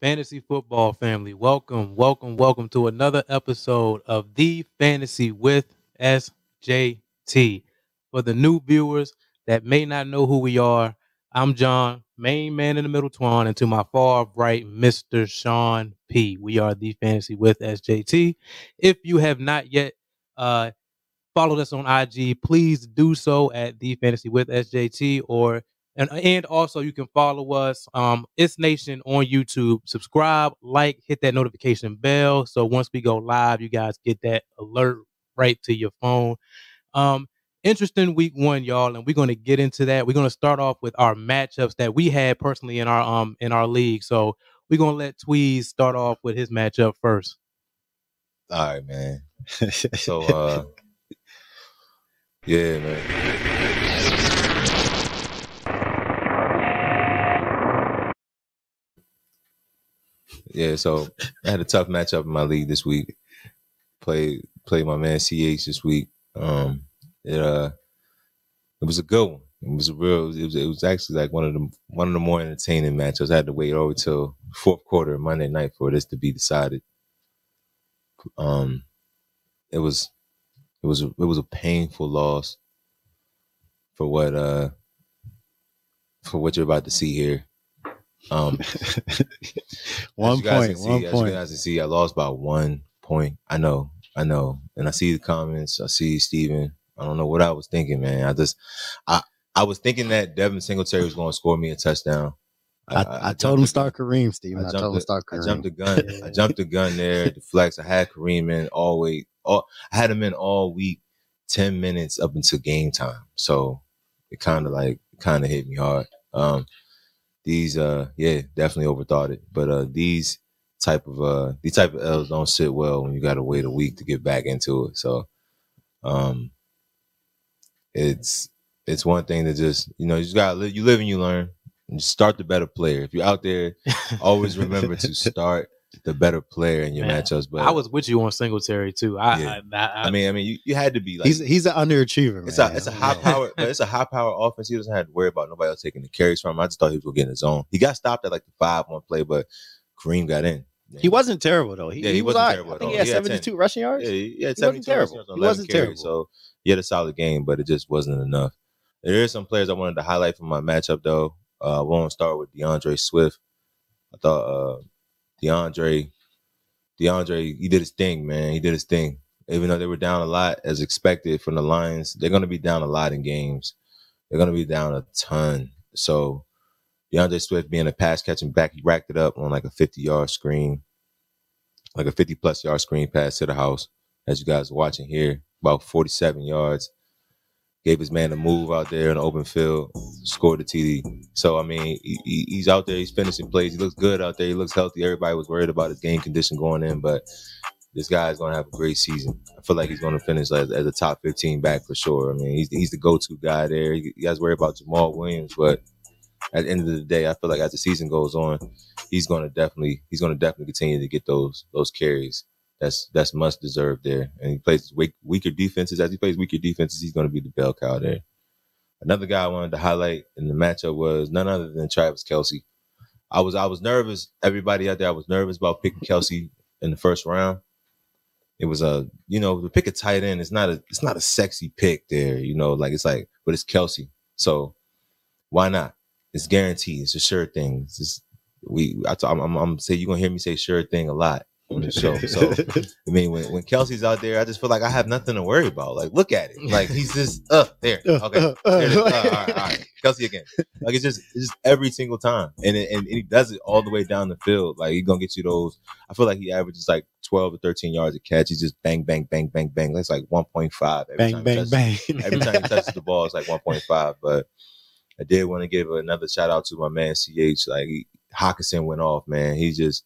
Fantasy football family, welcome, welcome, welcome to another episode of The Fantasy with SJT. For the new viewers that may not know who we are, I'm John, main man in the middle twan, and to my far right, Mr. Sean P. We are The Fantasy with SJT. If you have not yet uh, followed us on IG, please do so at The Fantasy with SJT or and, uh, and also you can follow us um it's nation on youtube subscribe like hit that notification bell so once we go live you guys get that alert right to your phone um interesting week one y'all and we're going to get into that we're going to start off with our matchups that we had personally in our um in our league so we're going to let tweez start off with his matchup first All right, man. So uh Yeah, man. Yeah, so I had a tough matchup in my league this week. Played played my man CH this week. Um it uh it was a good one. It was a real it was it was actually like one of the one of the more entertaining matchups. I had to wait over till fourth quarter Monday night for this to be decided. Um it was it was it was a painful loss for what uh for what you're about to see here. Um One as you guys point, can see- one as point. You guys can see, I lost by one point. I know, I know, and I see the comments. I see Steven. I don't know what I was thinking, man. I just, I, I was thinking that Devin Singletary was going to score me a touchdown. I, I, told him jumped start Kareem, the- Steven. I, I told him jumped, the, start I Kareem. jumped the gun. I jumped the gun there. The flex. I had Kareem in all week. All, I had him in all week. Ten minutes up until game time. So it kind of like kind of hit me hard. Um, these uh yeah definitely overthought it, but uh these type of uh these type of L's don't sit well when you got to wait a week to get back into it. So um it's it's one thing to just you know you just got you live and you learn. And just start the better player. If you're out there, always remember to start the better player in your Man, matchups. But i was with you on singletary too i Yeah. I, I, I mean, I mean, you, you had to be like he's he's an underachiever. it's man. a it's a high power but it's a high power offense. He doesn't have to worry about nobody else taking the carries from him. I just thought he was gonna get in his own. He got stopped at like the five one play, but Kareem got in. He wasn't terrible though. He, Yeah, he he was wasn't all right. terrible I at think all. he had He had 10. seventy two rushing yards. Yeah, he, he had He wasn't 72 yarries terrible. on He 11 wasn't carries, terrible. So he had a solid game, but it just wasn't enough. There are some players I wanted to highlight from my matchup though. Uh, I want to start with DeAndre Swift. I thought uh, DeAndre, DeAndre, he did his thing, man. He did his thing. Even though they were down a lot, as expected from the Lions, they're going to be down a lot in games. They're going to be down a ton. So DeAndre Swift being a pass catching back, he racked it up on like a 50 yard screen, like a 50 plus yard screen pass to the house, as you guys are watching here, about 47 yards. Gave his man a move out there in the open field, scored the TD. So, I mean, he, he- he's out there, he's finishing plays. He looks good out there, he looks healthy. Everybody was worried about his game condition going in, but this guy is going to have a great season. I feel like he's going to finish as, as a top 15 back for sure. I mean, he's, he's the go to guy there. You guys worry about Jamal Williams, but at the end of the day, I feel like as the season goes on, he's going to definitely he's going to definitely continue to get those those carries. That's that's much deserved there. And he plays weak, weaker defenses. As he plays weaker defenses, he's going to be the bell cow there. Another guy I wanted to highlight in the matchup was none other than Travis Kelsey. I was I was nervous. Everybody out there, I was nervous about picking Kelsey in the first round. It was a you know to pick a tight end. It's not a it's not a sexy pick there. You know like it's like but it's Kelsey. So why not? It's guaranteed. It's a sure thing. It's just we. I t- I'm, I'm, I'm say you're gonna hear me say sure thing a lot on the show. So I mean, when, when Kelsey's out there, I just feel like I have nothing to worry about. Like look at it. Like he's just up there. Okay. Uh, uh, There it is. Uh, all right, all right. Kelsey again. Like it's just it's just every single time, and it, and, and he does it all the way down the field. Like he's gonna get you those. I feel like he averages like twelve or thirteen yards a catch. He's just bang, bang, bang, bang, bang. That's like one point five. Bang bang bang. Every time he touches the ball, it's like 1.5. But I did want to give another shout out to my man CH. Like he, Hawkinson went off, man. He just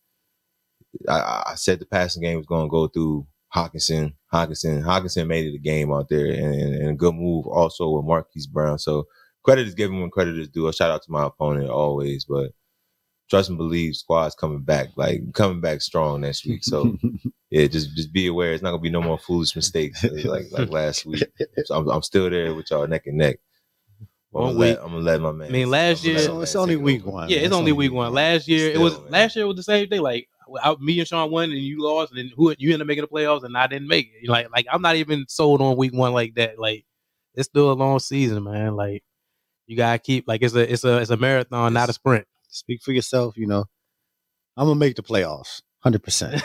I- I, I said the passing game was gonna go through Hawkinson. Hawkinson, Hawkinson made it a game out there, and, and, and a good move also with Marquise Brown. So credit is given when credit is due. A shout out to my opponent always, but trust and believe squad's coming back, like coming back strong next week. So yeah, just just be aware. It's not gonna be no more foolish mistakes like like last week. So I'm, I'm still there with y'all neck and neck. But One I'm gonna let- week. I'm gonna let my man. I mean, last I'm gonna let year- my So it's man only take it week over. one. Yeah, it's That's only only week week one. one. Last year it Still, was man. last year it was the same thing. Like I, me and Sean won, and you lost, and then who you ended up making the playoffs, and I didn't make it. Like like I'm not even sold on week one like that. Like it's still a long season, man. Like you gotta keep like it's a it's a it's a marathon, not a sprint. Speak for yourself. You know, I'm gonna make the playoffs. Hundred percent.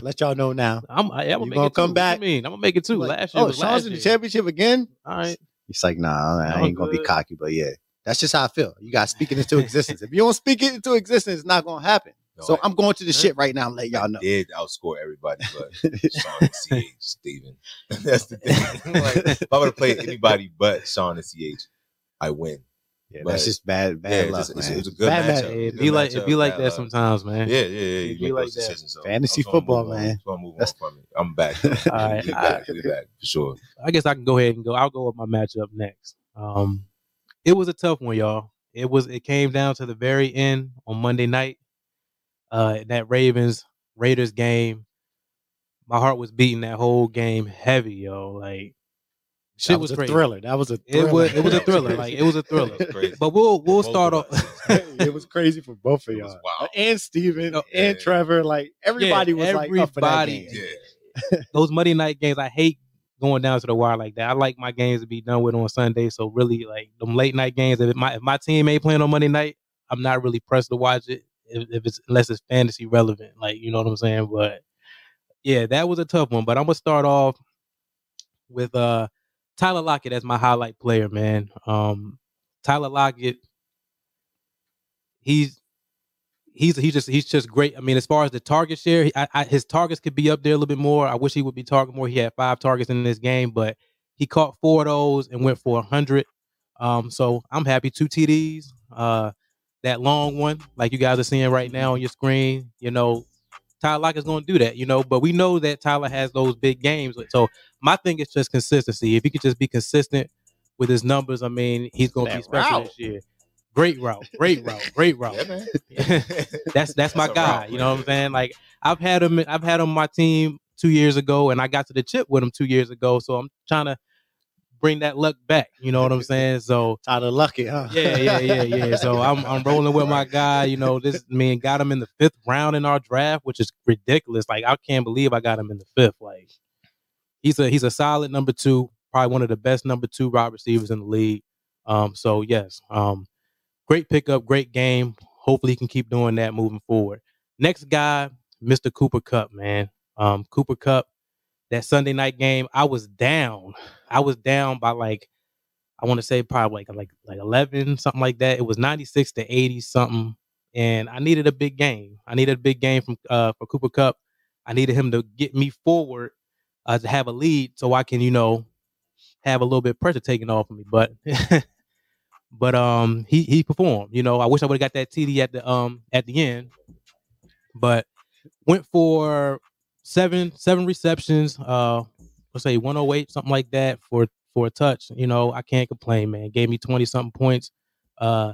Let y'all know now. I'm I, am You gonna gonna come come back. back? I mean, I'm gonna make it too. Like, last year oh, was Sean's last in the year. championship again. All right, It's like, nah, I I'm ain't gonna be good. cocky, but yeah, that's just how I feel. You gotta speak it into existence. if you don't speak it into existence, it's not gonna happen. No, so I- I'm going to the shit right now. I'm letting y'all know. I did outscore everybody, but Sean and CH Steven. That's the thing. like, if I would have played anybody but Sean and CH, I win. Yeah, But- that's just bad, yeah, bad it's luck, just- it's- man. it's a good bad, matchup. luck. Hey, it Good be like it matchup, be like bad that uh, luck. sometimes, man. Yeah, yeah, yeah. You be make like those that. decisions. So Fantasy I'm gonna move football, on. man. I'm gonna move on That's- from it. I'm back. All right, you all back, you back for sure. I guess I can go ahead and go. I'll go with my matchup next. Um, it was a tough one, y'all. It was. It came down to the very end on Monday night. Uh, in that Ravens Raiders game, my heart was beating that whole game heavy, yo. Like shit That was, was, a crazy. thriller. That was a thriller. It was. It was a That was thriller. crazy. Like it was a thriller. That was crazy. But we'll we'll Both start of off. us. it was crazy for both of It was y'all. wild. And Steven Oh, and yeah. Trevor, like everybody was like up for that everybody. game. Yeah. those Monday night games, I hate going down to the wire like that. I like my games to be done with on Sunday. So really, like them late night games, if my if my team ain't playing on Monday night, I'm not really pressed to watch it if, if it's unless it's fantasy relevant. Like you know what I'm saying? But yeah, that was a tough one. But I'm gonna start off with uh Tyler Lockett as my highlight player, man. Um Tyler Lockett, he's he's he's just he's just great. I mean, as far as the target share, he- I, I, his targets could be up there a little bit more. I wish he would be targeting more. He had five targets in this game, but he caught four of those and went for hundred. Um, so I'm happy. Two TDs. Uh, that long one, like you guys are seeing right now on your screen, you know, Tyler Lockett's going to do that, you know. But we know that Tyler has those big games. So my thing is just consistency. If he could just be consistent with his numbers, I mean, he's going to be That special route. this year. Great route, great route, great route. Yeah, man. that's that's my That's a guy. route, you know what I'm man. saying? Like I've had him I've had him on my team two years ago and I got to the chip with him two years ago. So I'm trying to bring that luck back. You know what I'm saying? So Tyler Luckett, huh? yeah, yeah, yeah, yeah. So I'm I'm rolling with my guy. You know, this I mean got him in the fifth round in our draft, which is ridiculous. Like I can't believe I got him in the fifth. Like he's a he's a solid number two, probably one of the best number two wide receivers in the league. Um, so yes, um, great pickup, great game. Hopefully he can keep doing that moving forward. Next guy, Mr. Cooper Cup, man. Um, Cooper Cup, that Sunday night game, I was down. I was down by like I want to say probably like like like eleven something like that. It was ninety six to eighty something, and I needed a big game. I needed a big game from uh for Cooper Cup. I needed him to get me forward uh, to have a lead so I can you know have a little bit of pressure taken off of me. But but um he he performed. You know I wish I would have got that TD at the um at the end, but went for seven seven receptions. Uh, let's say one hundred eight something like that for for a touch. You know, I can't complain, man. Gave me 20 something points. Uh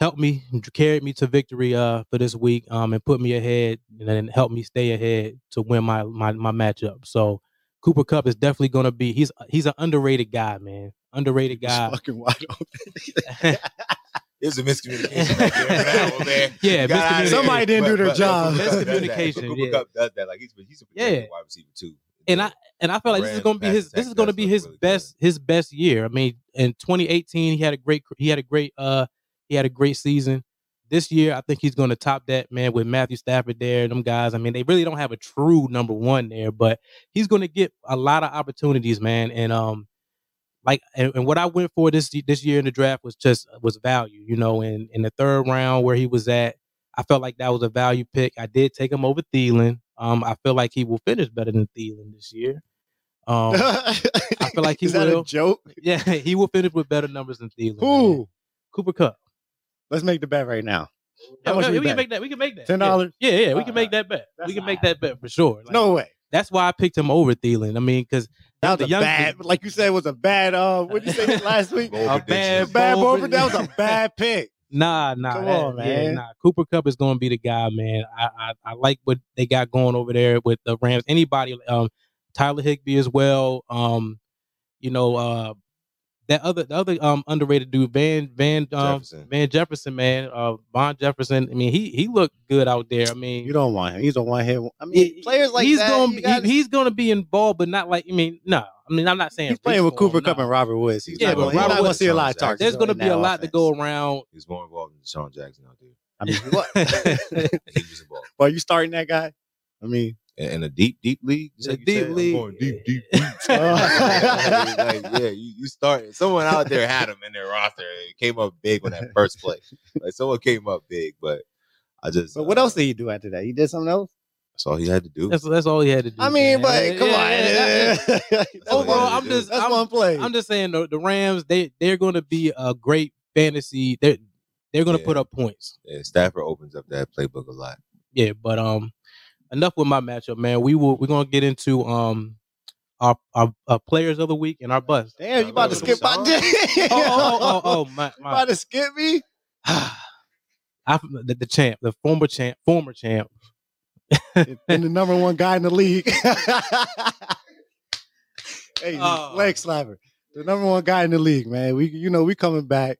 helped me carried me to victory uh for this week um and put me ahead and then helped me stay ahead to win my my my matchup. So Cooper Cup is definitely going to be he's he's an underrated guy, man. Underrated He was guy. fucking wide open. It was a miscommunication. right there. That one, man. Yeah, You got out of there. Somebody didn't do their But- but- job. but Cooper Kupp does that. Miscommunication, But Cooper yeah. Kupp does that. Like he's he's a Yeah. wide receiver too. And I- and I feel like this is Rams going to be pass his. attack This is going to does be look his really good. best. His best year. I mean, in 2018, he had a great. He had a great. Uh, he had a great season. This year, I think he's going to top that man with Matthew Stafford there. Them guys. I mean, they really don't have a true number one there, but he's going to get a lot of opportunities, man. And um, like, and, and what I went for this this year in the draft was just uh, was value, you know. And in the third round where he was at, I felt like that was a value pick. I did take him over Thielen. Um, I feel like he will finish better than Thielen this year. Um, I feel like he Is that will. a joke? yeah, he will finish with better numbers than Thielen. man. Who? Cooper Cup. Let's make the bet right now. How Yeah, much we, we can bet? make that. We can make that. Ten dollars? Yeah, yeah, yeah, we All can right. make that bet. we That's can make all that bet for sure. Like, No way. that's why I picked him over Thielen. I mean, because That was the a young- bad. Like you said, it was a bad. Uh, what did you say last week? Bold A predictions. Uh, bad- Bad Bold Borbert. That was a bad pick. Nah, nah, Come that- on, yeah, man. nah. Cooper Cup is going to be the guy, man. I, I I like what they got going over there with the Rams. Anybody, um, Tyler Higby as well. Um, you know, uh, that other the other um underrated dude Van Van um, Jefferson. Van Jefferson man uh Von Jefferson. I mean he he looked good out there. I mean You don't want him. He's a one hit. I mean, he- players like he's that. gonna you be, gotta- he's gonna be involved, but not like I mean no. I mean I'm not saying he's playing with reach for him, Cooper Cup no. and Robert Woods. He's Yeah, not but gonna- he's not Robert gonna Woods- see a lot of There's targets. There's in gonna be a that lot to offense. go around. He's more involved than Deshaun Jackson out there. I mean, what? He was involved Are you starting that guy? I mean, in, in a deep, deep league. Is A that you deep said? I'm league. going deep, deep. Oh. like, like, yeah, you, you started. Someone out there had him in their roster. It came up big on that first play. Like someone came up big, but I just. but what uh, else did he do after that? He did something else. That's all he had to do. That's that's all he had to do. I man. mean, but come Yeah, on. yeah, that- That's all he Overall, had one- I'm to do. just that's I'm, one play. I'm just saying the, the Rams they they're going to be a great fantasy. They are they're going to Yeah. put up points. Yeah, Stafford opens up that playbook a lot. Yeah, but um, enough with my matchup, man. We will we're going to get into um our, our our players of the week and our bus. Damn, you about to skip my Song? day. Oh oh oh oh, oh my, You my. about to skip me? I, the, the champ, the former champ, former champ. and the number one guy in the league. hey, Oh. leg slapper. The number one guy in the league, man. We, you know, we coming back.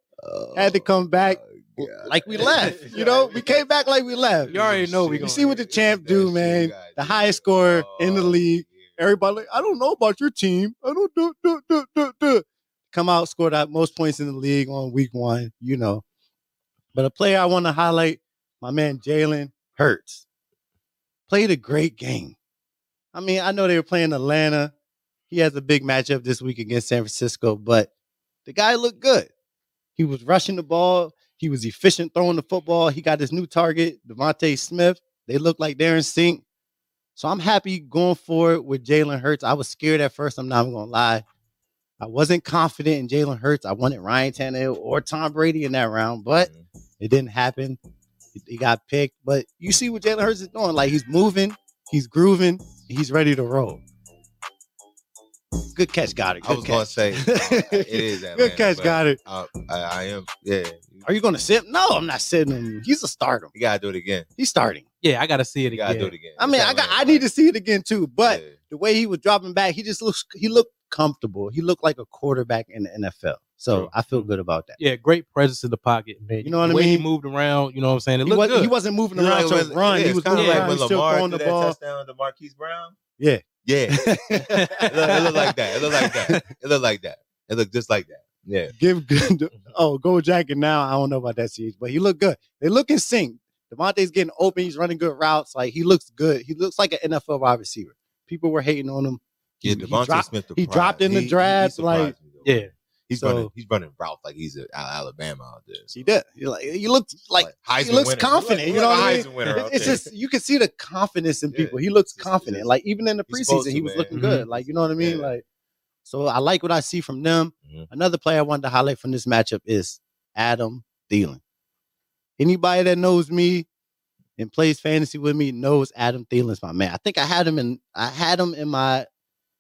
Had to come back Oh, like we God. left. You know, we came back like we left. You already know we You gonna- see what the champ do, man. The highest scorer in the Oh, league. Everybody, like, I don't know about your team. I don't do do do do do. Come out, scored out most points in the league on week one. You know, but a player I want to highlight, my man Jalen Hurts, played a great game. I mean, I know they were playing Atlanta. He has a big matchup this week against San Francisco, but the guy looked good. He was rushing the ball. He was efficient throwing the football. He got his new target, Devontae Smith. They look like they're in sync. So I'm happy going forward with Jalen Hurts. I was scared at first. I'm not even gonna lie. I wasn't confident in Jalen Hurts. I wanted Ryan Tannehill or Tom Brady in that round, but Mhm. it didn't happen. He- He got picked. But you see what Jalen Hurts is doing. Like he's moving, he's grooving, he's ready to roll. Good catch, Goddard. Good I was catch. gonna say uh, it is Atlanta, Good catch, but, Goddard. uh, I, I am. Yeah, Are you gonna sit? No, I'm not sitting him. He's a starter. you gotta do it again. He's starting. Yeah, I got to see it You gotta do again. it again. I mean, It's I got. Atlanta, I need to like, see it again too. But yeah. the way he was dropping back, he just looks he looked comfortable. He looked like a quarterback in the NFL. So True. I feel good about that. Yeah, great presence in the pocket, man. You know what the I way He mean? moved around. You know what I'm saying? It He, looked was, good. he wasn't moving It's around like to when- run. yeah, he it's was kinda moving like around. when He was still Lamar throwing threw the that ball. touchdown to Marquise Brown. Yeah. Yeah, It looked, it looked like that. It looked like that. It looked like that. It looked just like that. Yeah. Give good. Oh, go jacket now. I don't know about that series, but he looked good. They look in sync. Devontae's getting open. He's running good routes. Like he looks good. He looks like an NFL wide receiver. People were hating on him. He- Yeah, he Devontae dropped- Smith. The he dropped in the draft, like- yeah. he's So- running. He's running routes like he's a- out of Alabama out there. He did. He like he looked like Heisman looks winner. confident, He you look know like a what I mean? Heisman winner out it's there. just you can see the confidence in Yeah. people. He looks It's- it's confident. just- like even in the he's supposed preseason, he to, was man. Mm-hmm. looking Mhm. good. Like you know what I mean? Yeah. Like so, I like what I see from them. Mhm. Another player I wanted to highlight from this matchup is Adam Thielen. Anybody that knows me and plays fantasy with me knows Adam Thielen's my man. I think I had him in I had him in my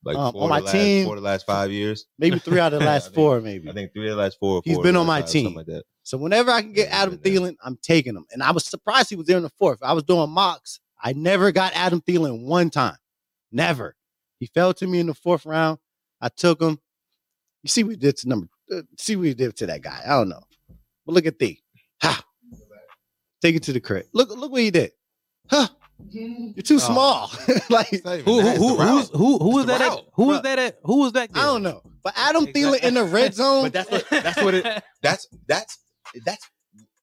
like um, four on of my the last, team- Four of the last five years. maybe three out of the I last think- four, maybe. I think three of the last four. or He's four been of the on my last five, team. something Like that. So whenever I can get Yeah, Adam yeah. Thielen, I'm taking him. And I was surprised he was there in the fourth. I was doing mocks. I never got Adam Thielen one time. Never. He fell to me in the fourth round. I took him. You see what he did to number. uh, see what he did to that guy. I don't know. But look at thee. Ha. Take it to the crib. Look, look what he did. Huh. You're too Oh. small. like It's not even Who that, who it's the who route. who's, who who was It's the that? At, route. who was Bruh. that? At, who was that? I don't know. But Adam Thielen in the red zone. But that's what that's what it that's that's that's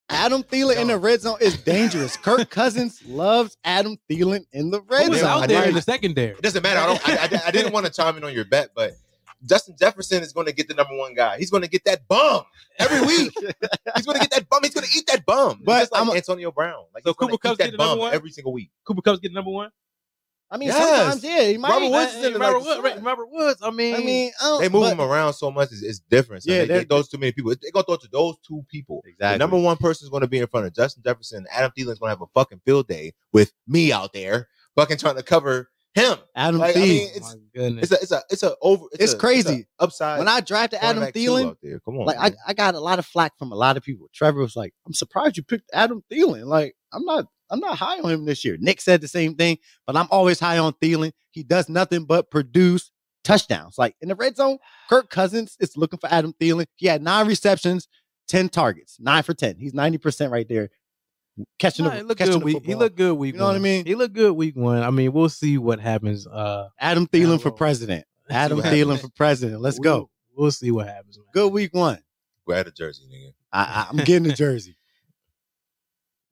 Adam Thielen in the red zone is dangerous. Kirk Cousins loves Adam Thielen in the Who red was Red out zone. zone. there I in the didn't- secondary? it doesn't matter. I don't I, I, I didn't want to chime in on your bet, but Justin Jefferson is going to get the number one guy. He's going to get that bum every week. He's going to get that bum. He's going to eat that bum. It's But just like I'm a- Antonio Brown. Like So he's gonna Cooper Kupp's eat that getting number bum one? every single week. Cooper Cubs get number one. I mean, Yes. sometimes yeah, he might. Robert Woods is Uh, in the Robert, like Woods, slot. Robert Woods. I mean, I mean, I don't- They move but- him around so much; it's, it's different. So Yeah, yeah, they they're- get those too many people. They're gonna throw it to those two people. Exactly. The number one person is gonna be in front of Justin Jefferson. and Adam Thielen's gonna have a fucking field day with me out there, fucking trying to cover him. Adam Like, I Thielen. mean, it's- Oh my goodness. It's a, it's a, it's a over. It's a- crazy. a upside. when I drafted Adam quarterback two Thielen, out there. come on, like I, I got a lot of flack from a lot of people. Trevor was like, "I'm surprised you picked Adam Thielen." Like, I'm not, I'm not high on him this year. Nick said the same thing, but I'm always high on Thielen. He does nothing but produce touchdowns. Like in the red zone, Kirk Cousins is looking for Adam Thielen. He had nine receptions, 10 targets, nine for 10. He's 90% right there. Catching Nah, the, he looked catching good. the Week, he football. looked good week. You know what I one. mean? He looked good week one. I mean, we'll see what happens. Uh, Adam Thielen Yeah, for well. president. Adam what happens. Thielen for president. Let's we'll- go. We'll see what happens. man. Good week one. Grab a jersey, nigga. I, I- I'm getting the jersey.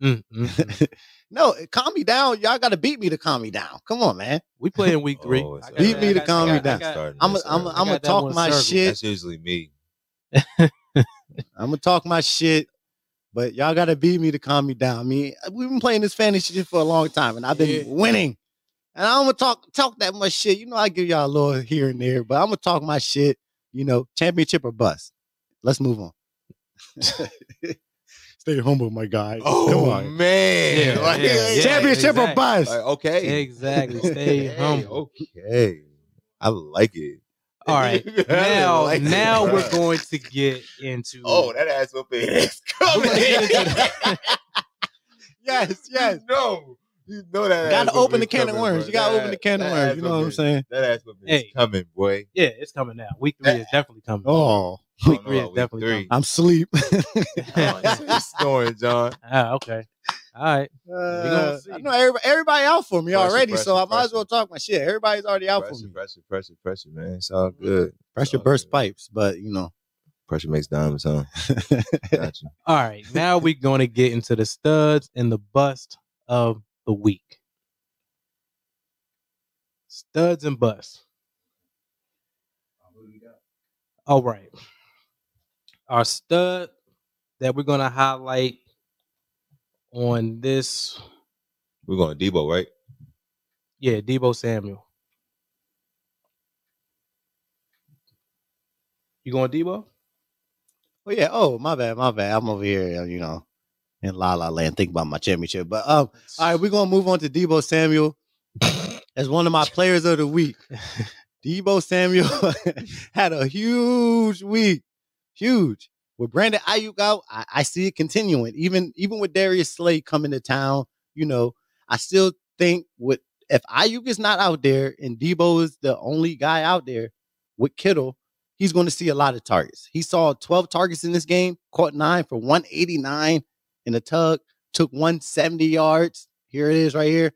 Mm, mm, mm. No, calm me down. Y'all got to beat me to calm me down. Come on, man. we play in week three. Oh, it's I got Beat that- me I to got- calm I me got- down. I got- Starting I'm this gonna I early. I'm gonna got that talk one my circled. shit. That's usually me. I'm gonna talk my shit. But y'all gotta beat me to calm me down. I mean, we've been playing this fantasy shit for a long time, and I've been Yeah. winning. And I don't wanna talk talk that much shit. You know, I give y'all a little here and there, but I'm gonna talk my shit. You know, championship or bust. Let's move on. Stay humble, my guy. Come on. Oh, man. Yeah, Like, yeah, yeah. championship exactly. or bust. Like, okay. Exactly. Stay Hey, humble. Okay. I like it. All right. I Now, like it, now bruh. we're going to get into. Oh, that ass whooping is We're coming. gonna get into- Yes, yes. You know. You know that. Gotta ass whooping open the is can of coming, worms. bruh. You gotta That- open the can of that ass worms. You know what I'm whooping- saying? That ass whooping Hey. is coming, boy. yeah, it's coming now. Week three is definitely coming. Oh, I don't Week know three is about week definitely three. I'm sleep. Come on, you snoring, John. Ah, okay. All right. gonna Uh, see. I know everybody, everybody out for me Pressure, already, so I pressure, might as well talk my shit. Everybody's already out Pressure, for me. pressure, pressure, pressure, man. It's all good. Pressure Oh, burst yeah. pipes, but you know, Pressure makes diamonds, huh? Got you. All right. Now we're going to get into the studs and the bust of the week. Studs and busts. All right. Our stud that we're going to highlight on this, We're going Debo, right? yeah, Debo Samuel. You going Debo? oh yeah. Oh my bad, my bad. I'm over here, uh, you know, in la la land, thinking about my championship. But um, all right, we're gonna move on to Debo Samuel as one of my players of the week. Debo Samuel had a huge week, huge. With Brandon Ayuk out, I, I see it continuing. Even even with Darius Slay coming to town, you know, I still think with if Ayuk is not out there and Debo is the only guy out there with Kittle, he's going to see a lot of targets. He saw 12 targets in this game, caught nine for 189 in a tug, took 170 yards. Here it is right here.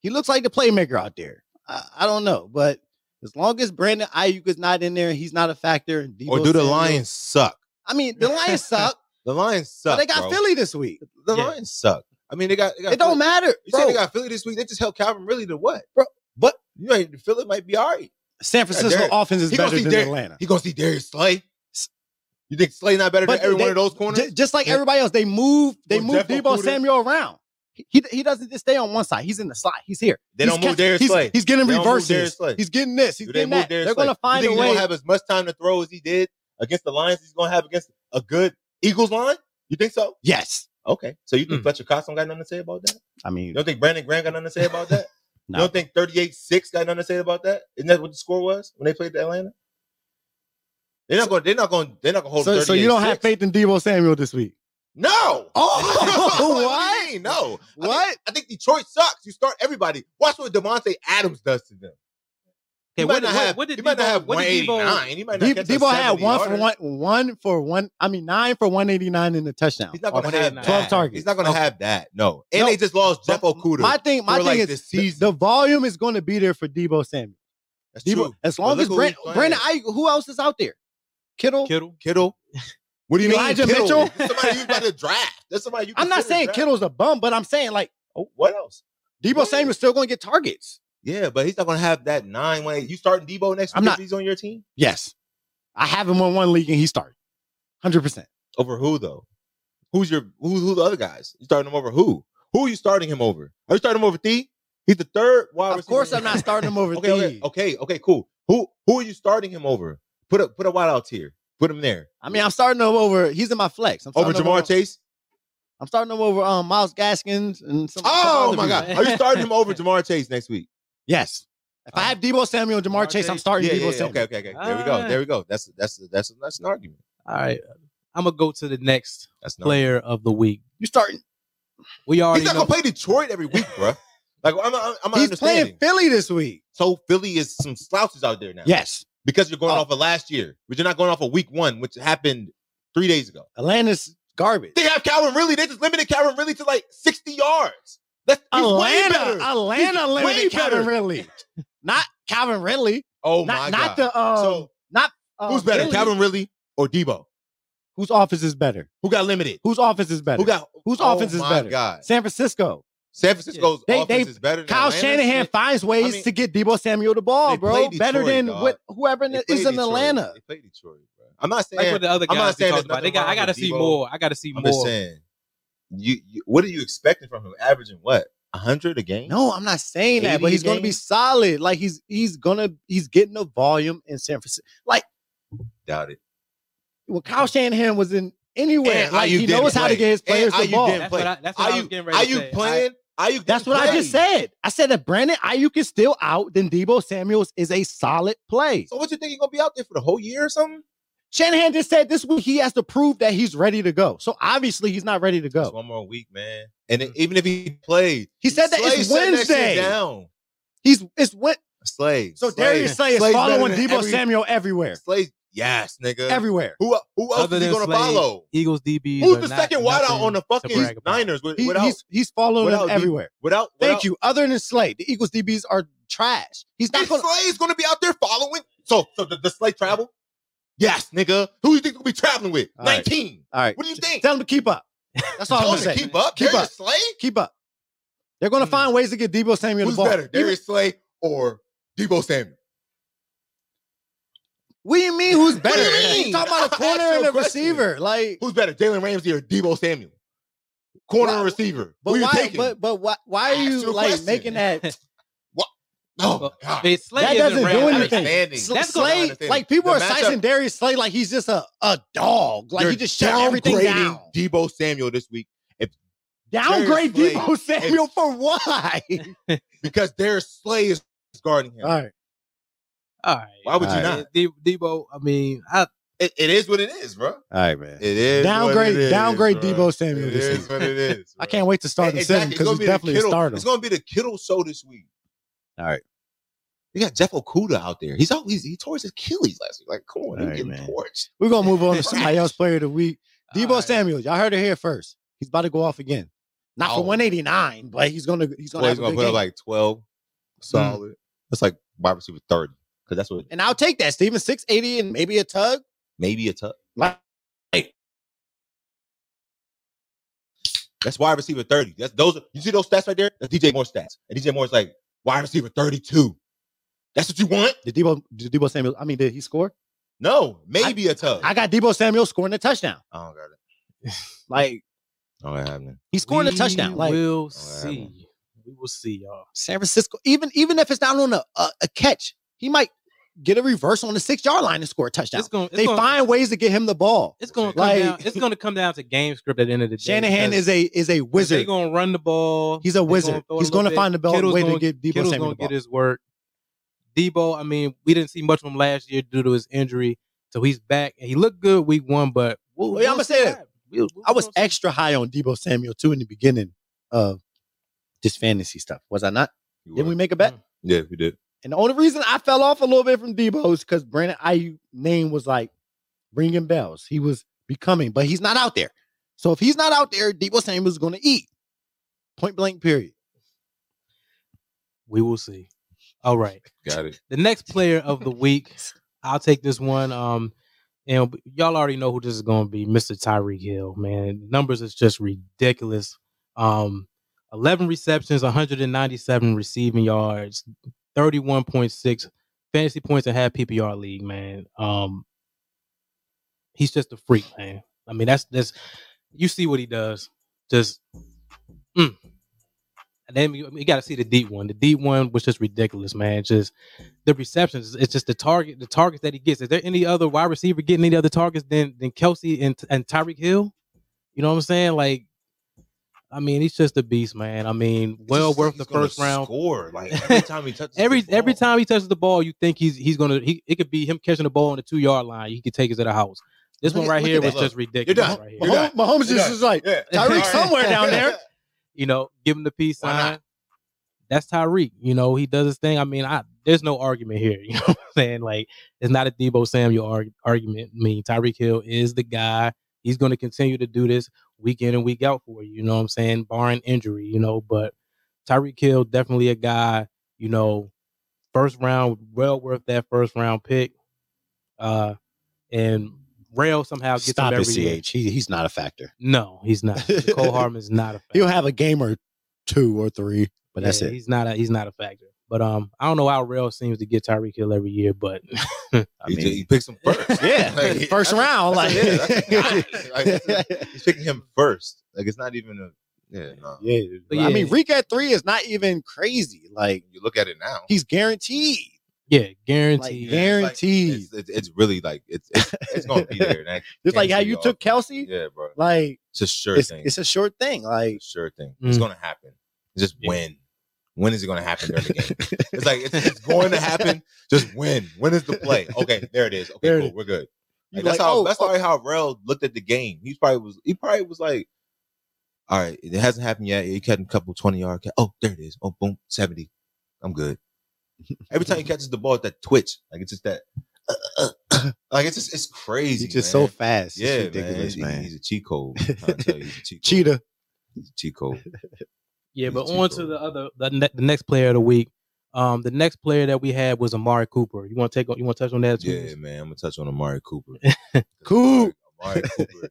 He looks like the playmaker out there. I, I don't know, but as long as Brandon Ayuk is not in there, and he's not a factor. and Or Deebo do the Samuel- Lions suck? I mean, the Lions suck, The Lions but suck. they got bro. Philly this week. The Yeah. Lions suck. I mean, they got. They got It don't Philly- matter, You said bro. they got Philly this week. They just held Calvin really to what, Bro, but- you know Philly might be all right. San Francisco Derek- offense is he gonna better see than Derek- Atlanta. He gonna see Darius Slay. You think Slay not better But than every they- one of those corners? Ju- just like Yeah. everybody else, they move. They Well, move Jeff Debo Okuda- Samuel around. He, he he doesn't just stay on one side. He's in the slot. He's here. they He's don't move catch- Darius he's, Slay. He's getting They don't move Darius reverses. Slay. He's getting this. He's Do they getting move that. Darius They're Slay? going to find you a think He way. don't have as much time to throw as he did against the Lions. He's gonna have against a good Eagles line. You think so? yes. Okay. So you think Hmm. Fletcher Cox don't got nothing to say about that? I You mean, don't think Brandon Graham got nothing to say about that? No. You don't think 38-6 got nothing to say about that? Isn't that what the score was when they played the Atlanta? They're not going. They're not going. They're not going to hold. so, so you don't have 38-6. faith in Debo Samuel this week. No. Oh, Like, what? do you mean? No. I think- I What? think, Detroit sucks. You start everybody. Watch what Devontae Adams does to them. Okay, he what, might not what- have. what did he might Debo- not have what did Debo- 189. He might not De- catch a Debo had 70 one for yarder. one, one for one. I mean, nine for one eighty nine in the touchdown. He's not going to have 189. 12 that. targets. He's not going to Okay. have that. No. And No. they just lost Jeff But Okuda. My thing, my for, thing like, is this the- season. The, volume is going to be there for Debo Samuel. That's Debo, true. as But long look as who Brent, he's playing. Brandon, Ayuk, who else is out there? Kittle. Kittle? Kittle. What do you Elijah mean, Kittle? Mitchell? That's somebody you about to draft. That's somebody you. I'm not consider saying draft. Kittle's a bum, but I'm saying like Oh, what else? Debo Yeah. Samuel's still going to get targets. Yeah, but he's not gonna have that nine when you starting Debo next week. I'm if not- He's on your team Yes, I have him on one league and he started, hundred percent. over who though? Who's your who? Who the other guys? You starting him over who? Who are you starting him over? Are you starting him over Thee? He's the third wide Of receiver. course, I'm not starting him over okay, okay, Thielen. okay, okay, cool. Who who are you starting him over? Put a put a wideout here. Put him there I mean, I'm starting him over. He's in my flex. I'm over starting him Jamar Chase. I'm starting him over um, Miles Gaskins and some. some Oh other my people. God! Are you starting him over Jamar Chase next week? Yes. If I Uh, have Debo Samuel and Jamar Jamar Chase, I'm Chase? starting Ah. Yeah, Debo yeah, yeah. Samuel. Okay, okay, okay. There we go. There we go. That's that's that's that's an argument. All right. I'm going to go to the next That's not. player of the week. You starting? We He's already not know. gonna play Detroit every week, bro. Like I'm, I'm, I'm not He's understanding. playing Philly this week. so Philly is some slouches out there now. Yes. because you're going Oh. off of last year, but you're not going off of week one, which happened three days ago. Atlanta's garbage. They have Calvin really. They just limited Calvin really to like 60 yards. That's he's way Atlanta, better. Atlanta He's way limited Calvin better. Ridley. Not Calvin Ridley. oh my not, god. not the um, so uh, who's better, Philly. Calvin really or Debo? Whose offense is better? Who got limited? Whose offense is better? Who got Whose oh offense is my better? God, San Francisco. San Francisco's They- offense they- is better. Than Kyle Atlanta's? Shanahan finds ways mean, to get Debo Samuel the ball, they bro. play Detroit, better than dog. what whoever They in- play is in Detroit. Atlanta. They play Detroit, bro. I'm not saying. Like what the other I'm not guys we saying talked there's about. They nothing got. I wrong gotta with see Debo. more. I gotta see I'm just more. saying. You, you, what are you expecting from him? Averaging what? hundred a game? No, I'm not saying that, but 80 he's going to be game? solid. Like he's he's gonna he's getting the volume in San Francisco. Like doubt it. when Kyle Shanahan was in anywhere, And Ayuk like he didn't knows how to play. get his And players the Ayuk ball. didn't That's what I, that's what I was Ayuk- getting ready Are to you say. playing? Are you? That's what I just said. I said that Brandon Ayuk is still out. Then Debo Samuel's is a solid play. So what you think you're gonna be out there for the whole year or something? Shanahan just said this week he has to prove that he's ready to go. So obviously he's not ready to Just go. one more week, man. And Mm. then even if he played, He said that Slay it's shut that shit Wednesday. down. He's it's what Slay. so Slay. Darius Slay is Slay's better following than Debo every- Samuel everywhere. Slay. Yes, nigga. Everywhere. who who else Other is he than gonna Slay, follow? Eagles DBs. Who's are the not second wideout nothing on the to fucking brag about. Niners with, He- without he's he's following without them D- everywhere. without? Thank without- you. Other than Slay, the Eagles DBs are trash. He's not This going to. Slay's gonna be out there following. So so the, the Slay travel? Yes, nigga. Who you think gonna be traveling with? All right. Nineteen. All right. What do you think? Tell them to keep up. That's all I'm Tell going him to to say. keep up. Keep Darius up. Slay. Keep up. They're going to Hmm. find ways to get Debo Samuel Who's the ball. better, Even- Darius Slay or Debo Samuel? what do you mean? Who's better? you mean? talking about a I corner asked you and a a question. receiver. Like, Who's better, Jalen Ramsey or Debo Samuel? Corner Why- and receiver. but Who you why? taking? But but why? Why I are asked you you a like question. making that? oh, my Well, God. It's Slay That isn't doesn't do ran- I mean, anything. Outstanding. Sl- That's what I Slay, understand. like people The are citing Darius Slay like he's just a, a dog. Like You're he just shut everything down. downgrading Debo Samuel this week Downgrade Darius Slay Debo Samuel for why? because Darius Slay is guarding him. All right. All right. Why would you All right. not? De- Debo, I mean, I, It, it is what it is, bro. All right, man. It is. what Downgrade- it is, downgrade bro. Debo Samuel It this is week. what it is. I bro. can't wait to start Hey, the E, exactly. season It's because gonna he's be the definitely a Kittle- starter. It's gonna be the Kittle show this week. All right. You got Jeff Okuda out there. He's always he tore his Achilles last week. Like, come on, All you're right, getting man. torched. We're gonna move on to somebody else player of the week. Debo all right. Samuel, y'all heard it here first. He's about to go off again. Not Oh. for 189, but he's gonna he's gonna, Well, have he's a gonna good put up game. like twelve Hmm. solid. That's like wide receiver thirty because that's what and I'll take that. Steven 680 and maybe a tug. maybe a tough. Like That's wide receiver thirty. That's those. You see those stats right there? That's DJ Moore stats. And DJ Moore's like wide receiver thirty-two. That's what you want? did Debo did Debo Samuel? I mean, did he score? No, maybe a tough. I got Debo Samuel scoring a touchdown. I don't got it. Oh, Like All right, happening. he's scoring a we touchdown. Like we'll Whatever. see. We will see, y'all. San Francisco, even even if it's not on a, a, a catch, he might get a reverse on the six yard line and score a touchdown. It's gonna. It's they gonna, find ways to get him the ball. It's gonna come Like- down. It's gonna come down to game script at the end of the day. Shanahan is a is a They're wizard. gonna run the ball. He's They a gonna wizard. throw it a He's little going to bit. find the best Kittle's way gonna- to get Debo Kittle's Samuel gonna the ball. get his work. Debo, I mean, we didn't see much from him last year due to his injury, so he's back and he looked good week one. But we'll, Well, we'll I'ma see say what that. happens. We'll- we'll- I was we'll see. extra high on Debo Samuel too in the beginning of this fantasy stuff. Was I not? Didn't we make a bet? Mm. yeah, we did. And the only reason I fell off a little bit from Debo is because Brandon IU name was like ringing bells. He was becoming, but he's not out there. So if he's not out there, Debo Samuel's going to eat. Point blank. Period. We will see. All right. Got it. The next player of the week, I'll take this one. Um, and y'all already know who this is going to be, Mr. Tyreek Hill. Man, numbers is just ridiculous. Um, eleven receptions, 197 receiving yards, 31.6 fantasy points, and half PPR league. Man, um, he's just a freak, man. I mean, that's that's you see what he does. Just, mm. and then you, you got to see the deep one. The deep one was just ridiculous, man. Just the receptions. It's just the target, the targets that he gets. Is there any other wide receiver getting any other targets than than Kelsey and and Tyreek Hill? You know what I'm saying? Like, I mean, he's just a beast, man. I mean, well worth the first round. Score like every time he touches. Every the ball. every time he touches the ball, you think he's he's gonna. He, it could be him catching the ball on the two yard line. He could take us to the house. This Look one at- right look here at was that. just done. ridiculous. Right here. You're Mahomes, not- Mahomes you're just not- is like Yeah. Tyreek All right. somewhere down there. You know, give him the peace Why sign. not? that's Tyreek. You know, he does his thing. I mean, I there's no argument here. You know what I'm saying? Like, it's not a Debo Samuel arg- argument. I mean, Tyreek Hill is the guy. He's going to continue to do this week in and week out for you. You know what I'm saying? Barring injury, you know, but Tyreek Hill definitely a guy. You know, first round, well worth that first round pick. Uh, and Rail somehow gets Stop him it, every year. CH. He, he's not a factor. No, he's not. Cole Harmon's not a factor. He'll have a game or two or three, but that's Yeah, it. He's not a he's not a factor. But um, I don't know how Rail seems to get Tyreek Hill every year, but I he, ju- he mean, picks him first. yeah, Like, that's- first round. Like, that's a- yeah, that's a guy. Like, that's He's picking him first. Like it's not even a yeah. No. yeah. But I yeah. mean, Reek at three is not even crazy. Like, You look at it now. he's guaranteed. yeah, Like, guaranteed. guaranteed. It's, it's, it's really like it's it's, it's gonna be there. and I Just like can't how say you y'all- took Kelsey. Yeah, bro. Like, It's a sure it's, thing. it's a short thing. Like, It's a sure thing. It's Mm. gonna happen. It's just Yeah. when. When is it gonna happen during the game? It's like it's, it's going to happen. Just when? When is the play? Okay, there it is. Okay, There it cool. is. We're good. You're Like, that's like, how oh, that's oh. probably how Rel looked at the game. He probably was he probably was like, all right, it hasn't happened yet. He catching a couple twenty yard. Catch. Oh, there it is. Oh, boom, seventy. I'm good. Every time he catches the ball, it's that twitch. Like it's just that. uh, uh, uh. like it's just it's crazy. he's just man. so fast. yeah, it's ridiculous, man. man. He- He's a cheat code. I'm trying to tell you, he's a cheat code. Cheetah. He's a cheat code. Yeah, but He's too on to good. the other the, ne- the next player of the week. Um, the next player that we had was Amari Cooper. You want to take on? You want to touch on that? too? Yeah, man. I'm gonna touch on Amari Cooper. Coop. Amari Cooper.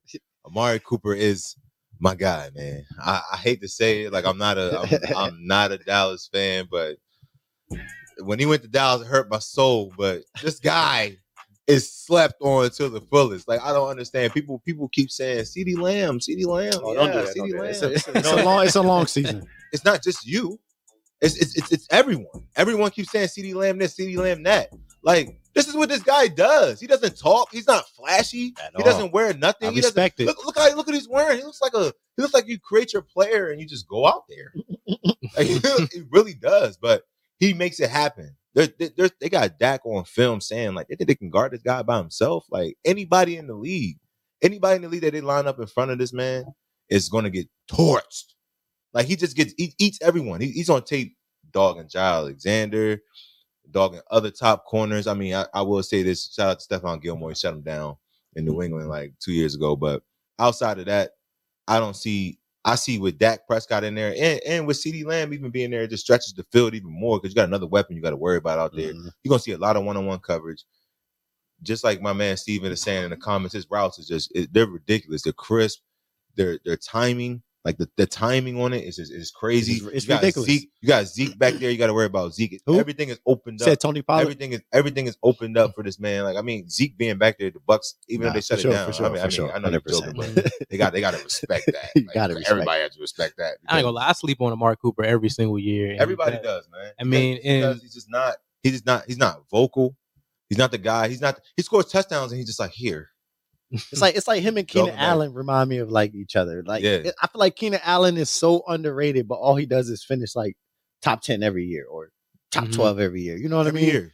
Amari Cooper is my guy, man. I, I hate to say it, like I'm not a I'm, I'm not a Dallas fan, but when he went to Dallas, it hurt my soul. But this guy is slept on to the fullest. Like I don't understand. People people keep saying CD Lamb, CD Lamb, Oh, yeah, don't do that, don't CD do that. Lamb. It's No, a- It's a long. It's a long season. it's not just you. It's it's it's, it's everyone. Everyone keeps saying CD Lamb this, CD Lamb that. Like this is what this guy does. He doesn't talk. He's not flashy. At he all. doesn't wear nothing. I he doesn't respect it. look look how look what he's wearing. He looks like a he looks like you create your player and you just go out there. like, he really does, but he makes it happen. They're, they're, they got Dak on film saying like they think they can guard this guy by himself. Like anybody in the league, anybody in the league that they line up in front of this man is going to get torched. Like he just gets he eats everyone. He, he's on tape dogging Giles Alexander, dogging other top corners. I mean, I, I will say this: shout out to Stephon Gilmore, he shut him down in New England like two years ago. But outside of that, I don't see. I see with Dak Prescott in there, and, and with Ceedee Lamb even being there, it just stretches the field even more because you got another weapon you got to worry about out there. Mhm. You're gonna see a lot of one-on-one coverage. Just like my man Steven is saying in the comments, his routes is just it, they're ridiculous. They're crisp. Their their timing, like the, the timing on it, is is, is crazy. It's- it's you got ridiculous. Zeke, you got Zeke back there. You got to worry about Zeke. Who? Everything is opened up. Said Tony Pollard. Everything is everything is opened up for this man. Like I mean, Zeke being back there, the Bucks, even Nah, if they shut for sure, it down, for sure, I mean, for I, mean, sure, I know they're joking, 100%. but Mhm. they got they got to respect that. You gotta respect everybody has to respect that. I ain't because- gonna lie. I sleep on Amari Cooper every single year. and Everybody that- does, man. I mean, Because- because and- he's just not. He's just not. He's not vocal. He's not the guy. He's not. He scores touchdowns and he's just like here. It's like it's like him and Don't Keenan matter. Allen remind me of like each other. Like Yeah. it- I feel like Keenan Allen is so underrated, but all he does is finish like top ten every year or top Mhm. twelve every year. You know what Mm-hmm. every I mean? year,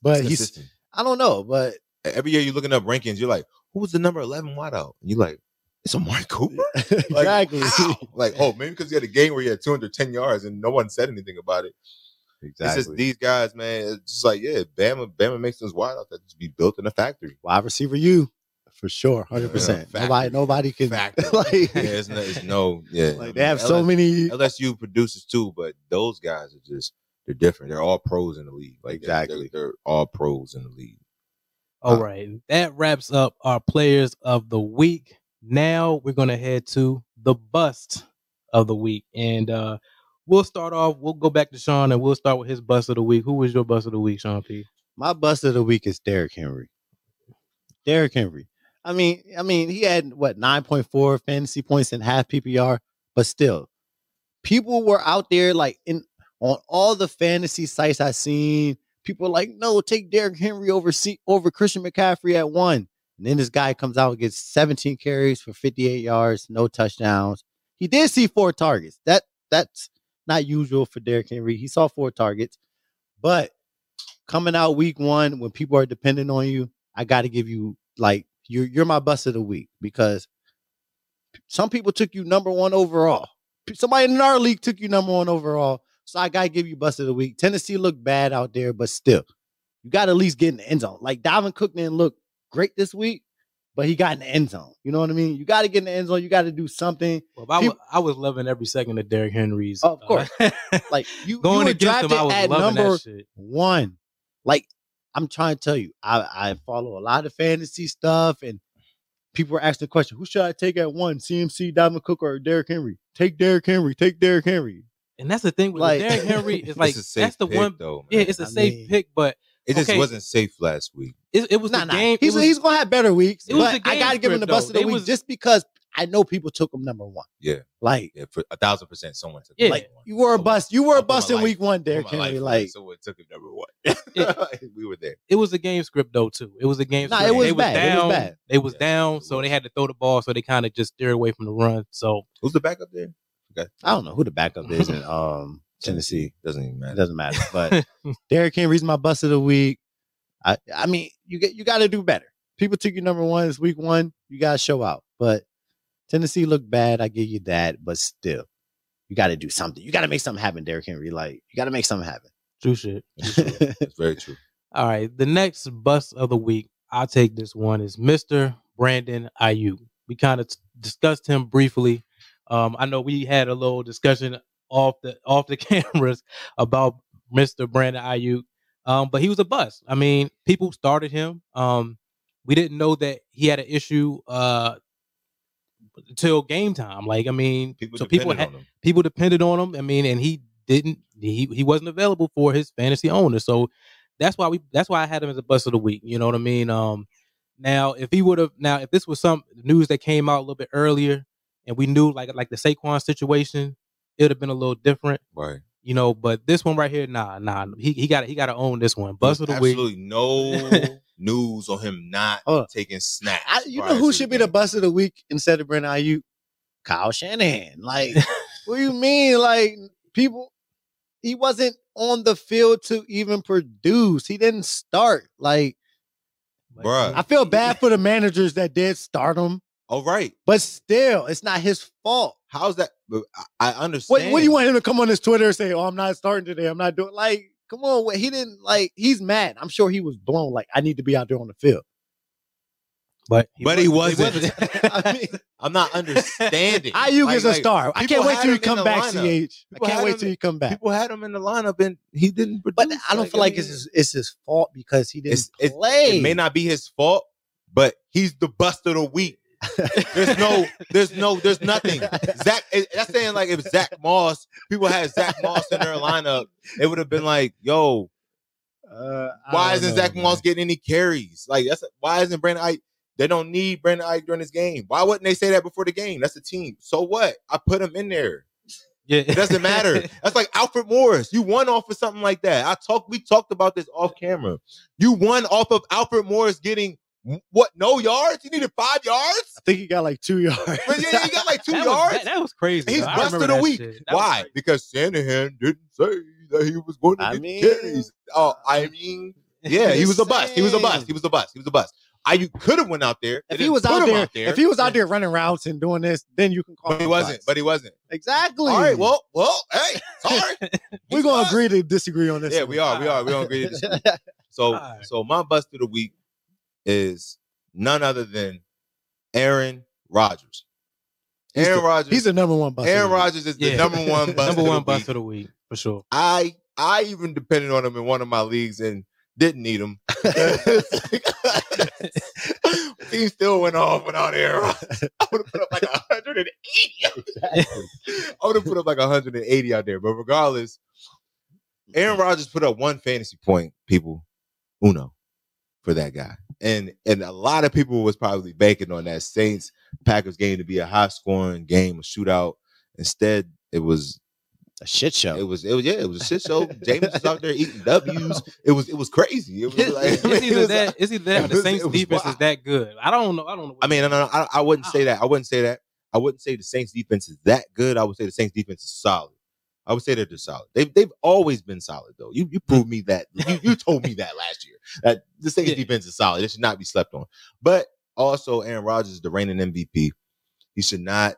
But It's he's consistent. E-, I don't know, but every year you're looking up rankings. You're like, who was the number eleven wideout? And you're like, it's Amari Cooper. Like, exactly. how? Like, oh, maybe because he had a game where he had 210 yards and no one said anything about it. It's just these guys, man. It's just like, yeah, Bama, Bama makes those wideouts that just be built in a factory. Wide receiver you for sure, hundred percent. Yeah, Nobody factor. nobody can Factor. like, Yeah, it's no, it's no yeah. like they have so many LSU producers too, but those guys are just they're different. They're all pros in the league. Like they're- Exactly. they're, they're all pros in the league. All right, that wraps up our players of the week. Now we're gonna head to the bust of the week, and uh we'll start off. We'll go back to Sean, and we'll start with his bust of the week. Who was your bust of the week, Sean P? My bust of the week is Derrick Henry. Derrick Henry. I mean, I mean, he had what 9.4 fantasy points and half PPR, but still, people were out there like in on all the fantasy sites I seen. People were like, no, take Derrick Henry over C- over Christian McCaffrey at one. And then this guy comes out and gets 17 carries for 58 yards, no touchdowns. He did see four targets. That that's not usual for Derrick Henry. He saw four targets, but coming out week one when people are dependent on you, I got to give you like you're you're my bust of the week because some people took you number one overall. P- Somebody in our league took you number one overall. So I gotta give you bust of the week. Tennessee looked bad out there, but still, you got to at least get in the end zone. Like Dalvin Cook didn't look great this week, but he got in the end zone. You know what I mean? You got to get in the end zone. You got to do something. Well, I, People- wa- I was loving every second of Derrick Henry's. Of course. uh, Like you, going you were against him, drafted I was at loving number that shit. one. Like I'm trying to tell you, I, I follow a lot of fantasy stuff, and people were asking the question, who should I take at one? CMC, Dalvin Cook, or Derrick Henry? Take Derrick Henry. Take Derrick Henry. And that's the thing with Like- Derrick Henry is like It's a safe that's the pick, one. though. Yeah, man. it's a I safe mean- pick, but it just okay. wasn't safe last week. it, it was Nah, the nah. game. it He's, was- he's gonna have better weeks. It was but the I game gotta give him the script, bust of though. They the week was- just because I know people took him number one. Yeah. Like Yeah, for a thousand percent, someone took. Yeah. number like one. you were a Someone- bust. You were I'll a put my bust in life- week one, put my Derrick Henry. life on it, Like someone took him number one. we were there. it was a game script though too. It was a game Nah, script. it was they bad. It was down. bad. They was Yeah, down, it so was. they had to throw the ball. So they kind of just steered away from the run. So Who's the backup there? I don't know who the backup is in um Tennessee. doesn't even It matter. doesn't matter. But Derrick Henry's my bust of the week. I I mean, you get you gotta do better. People took you number one. It's week one. You gotta show out. But Tennessee looked bad. I give you that. But still, you gotta do something. You gotta make something happen, Derrick Henry. Like you gotta make something true shit. happen. It's very true. All right, the next bust of the week. I take this one is Mr. Brandon Ayuk. We kind of discussed him briefly. Um, I know we had a little discussion off the off the cameras about Mr. Brandon Ayuk, um, but he was a bust. I mean, people started him. Um, we didn't know that he had an issue uh, until game time. Like, I mean, People so depended people had, on him. people depended on him. I mean, and he didn't. He he wasn't available for his fantasy owner. So that's why we. That's why I had him as a bust of the week. You know what I mean? Um, now if he would have, now if this was some news that came out a little bit earlier, and we knew like like the Saquon situation, it would have been a little different. Right. You know, but this one right here, nah, nah. He he got he got to own this one. Bust of the week. Absolutely no news on him not Hold on. taking snaps. I, you know prior who to should be the game. bust of the week instead of Brandon Ayuk? Kyle Shanahan. Like, what do you mean? Like, people, he wasn't on the field to even produce. He didn't start. Like, Bruh. I feel bad for the managers that did start him, All right. but still, it's not his fault. How's that? but I, I What, understand. what do you want him to come on his Twitter and say, "Oh, I'm not starting today. I'm not doing." Like, come on, what- he didn't like. He's mad. I'm sure he was blown. Like, I need to be out there on the field. but But he wasn't. I mean, I'm not understanding. Ayuk Like- is a like, star. I people can't wait had till him you in the come back, lineup. Ch. I People can't had wait him till in- you come back. People had him in the lineup and he didn't produce. But I don't feel like mean, it's his, it's his fault because he didn't it's- it's- play. It may not be his fault, but he's the bust of the week. There's no, there's no, there's nothing. Zach, it- that's saying like if Zach Moss, people had Zach Moss in their lineup, it would have been like, yo, Uh, I why don't isn't know, Zach man. Moss getting any carries? Like that's why isn't Brandon Ike? They don't need Brandon Ike during this game. Why wouldn't they say that before the game? That's a team. So what? I put him in there. Yeah, It doesn't matter. That's like Alfred Morris. You won off of something like that. I talked. We talked about this off camera. You won off of Alfred Morris getting what? No yards. You needed five yards. I think he got like two yards. But yeah, you got like two that yards. Was, that, that was crazy. He's though. I bust of remember the that week. shit. That was Why? crazy. Because Shanahan didn't say that he was going to I get mean- carries. Oh, I mean, yeah, he was a bust. He was a bust. Insane. He was a bust. He was a bust. I you could have went out there. They if he didn't was put out him there, if he was out there running routes and doing this, then you can call. but he him wasn't. bust. But he wasn't. exactly. All right. Well, well. Hey, sorry. we're gonna agree to disagree on this. Yeah, we are. We are. We don't agree. to disagree. So, All right. so my bust of the week is none other than Aaron Rodgers. He's Aaron the- Rodgers. He's the number one bust. Aaron Rodgers is the Yeah. number one bust. number of the one week. bust of the week for sure. I I even depended on him in one of my leagues and didn't need him. he still went off without Aaron. Rodgers. I would have put up like 180. I would have put up like 180 out there. But regardless, Aaron Rodgers put up one fantasy point, people, uno, for that guy. And and a lot of people was probably banking on that Saints Packers game to be a high scoring game, a shootout. Instead, it was A shit it show. was it was yeah, it was a shit show. James was out there eating W's. It was it was crazy. It was It's, like, it's I mean, it either was- that, it's either that, or it the was- Saints it was defense wild. is that good. I don't know. I don't know. I mean, no, no, no, I, I wouldn't say that. I wouldn't say that. I wouldn't say the Saints defense is that good. I would say the Saints defense is solid. I would say that they're solid. They've they've always been solid though. You you proved me that. You, you told me that last year that the Saints Yeah. defense is solid. It should not be slept on. But also, Aaron Rodgers is the reigning MVP. He should not.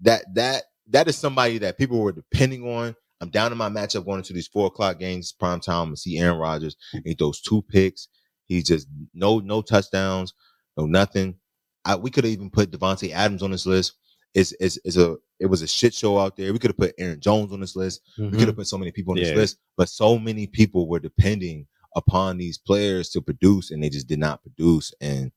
That that that is somebody that people were depending on. I'm down in my matchup going into these four o'clock games, prime time. I see Aaron Rodgers. And he throws two picks. He just no no touchdowns, no nothing. I, we could have even put Devontae Adams on this list. It's, it's, it's a it was a shit show out there. We could have put Aaron Jones on this list. We Mm-hmm. could have put so many people on this Yeah. list, but so many people were depending upon these players to produce, and they just did not produce. And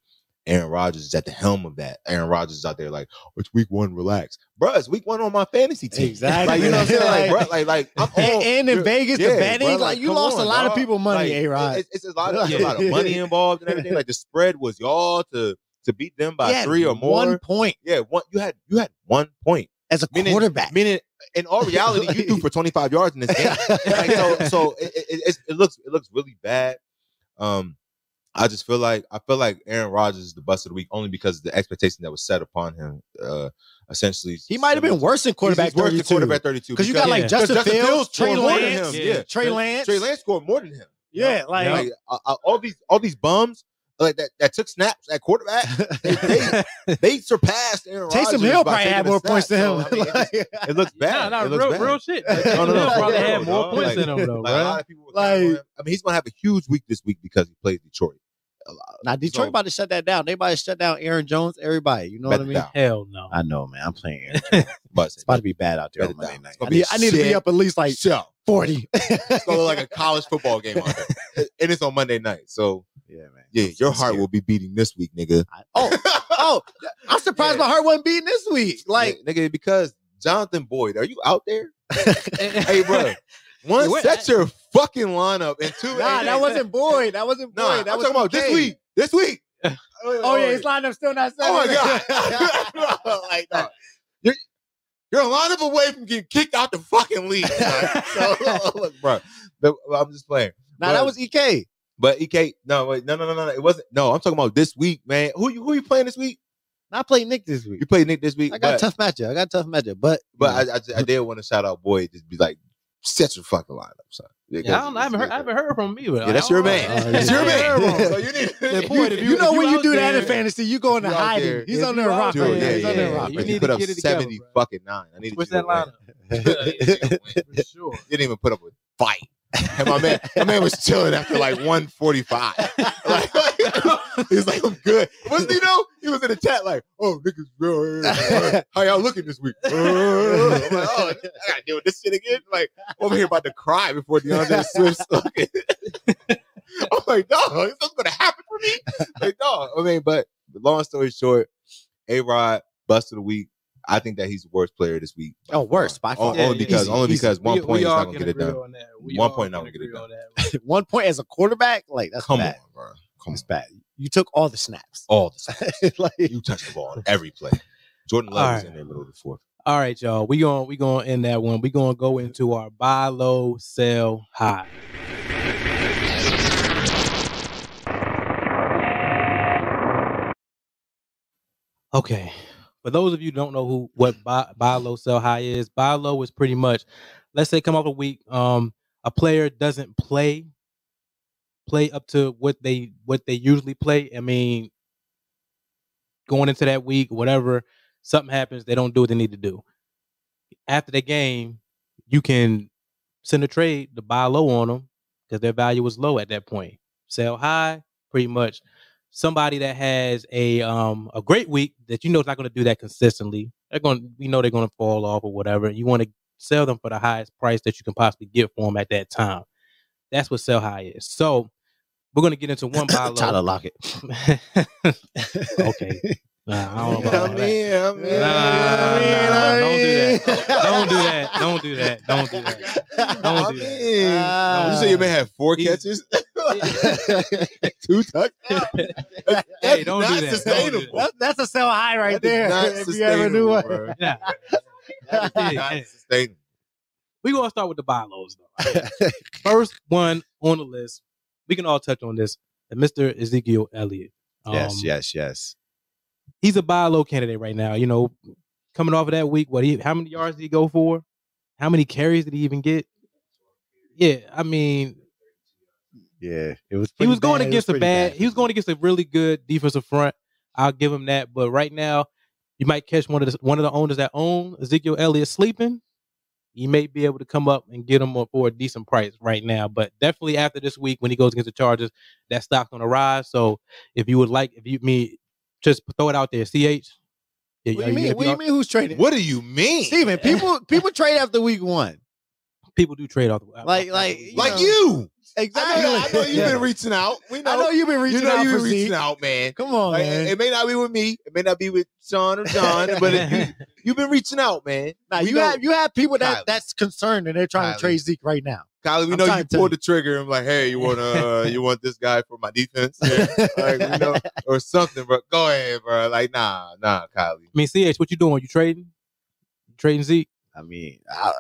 Aaron Rodgers is at the helm of that. Aaron Rodgers is out there like, "Oh, it's week one, relax, bruh. It's week one on my fantasy team. Exactly. Like you know what I'm saying? Like, Like- bruh, like, like I'm And, on- and in you're- Vegas, yeah, the betting, bruh, like, you come lost on, a lot dog. of people money, Like, A Rod. It's, it's a lot of, it's a lot of Yeah. money involved and everything. Like the spread was y'all to to beat them by three or more. One point yeah, one you had you had one point. as a Meaning- quarterback. Meaning, in all reality, you threw for 25 yards in this game. Like, so, so it, it, it's- it looks it looks really bad. Um, I just feel like I feel like Aaron Rodgers is the bust of the week only because of the expectation that was set upon him. Uh, essentially, he might have been worse than quarterback. He's worse than 32. quarterback 32 because you got like Yeah. Justin, Fields, Trey scored more than Lance, him. Yeah. Yeah, Trey Lance, Trey Lance scored more than him. Yeah, like, Like, uh, uh, all these all these bums like that that took snaps at quarterback. They, they, they surpassed Aaron Rodgers. Taysom Hill by probably taking had the more snap. points than So, him. I mean, it, just- it looks Nah, bad. nah, It looks real, bad. real shit. No, Like, Bill no, no, for probably real, had more dog. points Like- than him though, Like, a lot bro. of people were counting on Like- him. I mean, he's gonna have a huge week this week because he plays Detroit. now Detroit So- about to shut that down. They about to shut down Aaron Jones. Everybody, you know what I Bet it mean? down. Hell no. I know, man. I'm playing. Aaron. It's But it's about to be bad out there Bet on it Monday down. night. It's I gonna be need, I need to be shit. up at least like so, forty. it's gonna look like a college football game, out there. and it's on Monday night. So Yeah, man. yeah, your I'm heart scared. will be beating this week, nigga. I- oh, oh, I'm surprised Yeah. my heart wasn't beating this week. Like, Ni- nigga, because Jonathan Boyd, are you out there? hey, bro, one went- set your fucking lineup, and two, nah, hey, that wasn't Boyd. That wasn't Boyd. Nah, that I'm was talking about this Kincaid. week. This week. Oh yeah, his lineup still not set. Oh my god! like, no. you're you're a lineup away from getting kicked out the fucking league. son. so, look, bro, the- I'm just playing. Nah, that was E Ek. But Ek, no, wait, no, no, no, no, it wasn't. No, I'm talking about this week, man. Who you who you playing this week? I played Nick this week. You played Nick this week. I got a but, tough matchup. I got a tough matchup, but but I, I, just- I did want to shout out Boyd. Just be like, set your fucking lineup, son. Yeah, I don't know. I haven't heard. I haven't heard from me, but Yeah, that's your man. Oh, That's your yeah. man. so you need. Yeah, Boyd, if you, you- know if when you you do out that in there- fantasy, you going if you to out hide there- him. He's if on you there out rocking. there- Dude, yeah, He's yeah, on yeah, that roster. You You need put to up get it together, seventy bro. fucking nine. I need to Switch that get you a win. lineup for sure. didn't even put up a fight. And my man, my man was chilling after like 145. Like, he was like, I'm good. Wasn't he though? He was in the chat like, oh niggas, bro, uh, how y'all looking this week? Uh, I'm like, oh, I gotta deal with this shit again. Like, I'm over here about to cry before DeAndre Swift's fucking. I'm like, dog, is this gonna happen for me? Like, dog. I mean, but long story short, A Rod, bust of the week. I think that he's the worst player this week. Oh, worse by far. Only Yeah, yeah, because easy, only easy. because one We- point we is all not gonna can get it agree done. on that. We One all point can not gonna get it agree done. on that. One point as a quarterback, like that's Come bad. on, bro. Come It's on. bad. You took all the snaps. All the time. like, You touch the ball on every play. Jordan Love All was right. in there middle of the fourth. All right, y'all. We going we going to end that one. We going to go into our buy low, sell high. Okay. For those of you who don't know who what buy, buy low, sell high is, buy low is pretty much let's say come off a week um a player doesn't play play up to what they what they usually play. I mean going into that week, whatever something happens, they don't do what they need to do. After the game, you can send a trade to buy low on them because their value was low at that point. Sell high, pretty much. Somebody that has a um a great week that you know is not going to do that consistently, they're going we know they're going to fall off or whatever. You want to sell them for the highest price that you can possibly get for them at that time. That's what sell high is. So we're going to get into one buy Tyler low. Lockett. okay, Nah, I don't know about all that. I mean, Nah, don't do that. Don't do that. Don't do that. Don't do that. Don't do that. Uh, you say your man had four He's- catches, two touchdowns. That's Hey, don't do that. not Don't do Sustainable. that. That, that's a sell high right there. That's If not you ever sustainable, knew what. bro. Nah. That is Hey, hey. not sustainable. we gonna start with the buy lows though. First one on the list. We can all touch on this. And Mr. Ezekiel Elliott. Um, yes, yes, yes. He's a buy low candidate right now. You know, coming off of that week, what he how many yards did he go for? How many carries did he even get? Yeah, I mean, Yeah, it was. he pretty was going bad. It against a pretty bad, He was going against a really good defensive front. I'll give him that. But right now, you might catch one of the one of the owners that own Ezekiel Elliott sleeping. You may be able to come up and get him for a decent price right now, but definitely after this week when he goes against the Chargers, that stock's gonna rise. So if you would like, if you mean, just throw it out there. Ch. What do you mean? What do you mean? Who's trading? What do you mean? Steven, people people trade after week one. People do trade off. uh, Like- like- like know. you. I Exactly. know, I know you've Yeah. been reaching out. We know. I know you've been reaching you know out you've for been reaching Zeke. out, man. Come on, Like, man. It may not be with me. It may not be with Sean or John, but it, you, you've been reaching out, man. Nah, we you know- have you have people that Kylie. that's concerned and they're trying Kylie. to trade Zeke right now. Kylie, we I'm know trying you to tell pulled you. the trigger. I'm like, hey, you want to, uh, you want this guy for my defense, Yeah. like, you know, or something, bro. Go ahead, bro. Like, nah, nah, Kylie. I mean, Ch, what you doing? You trading? Trading Zeke? I mean, I,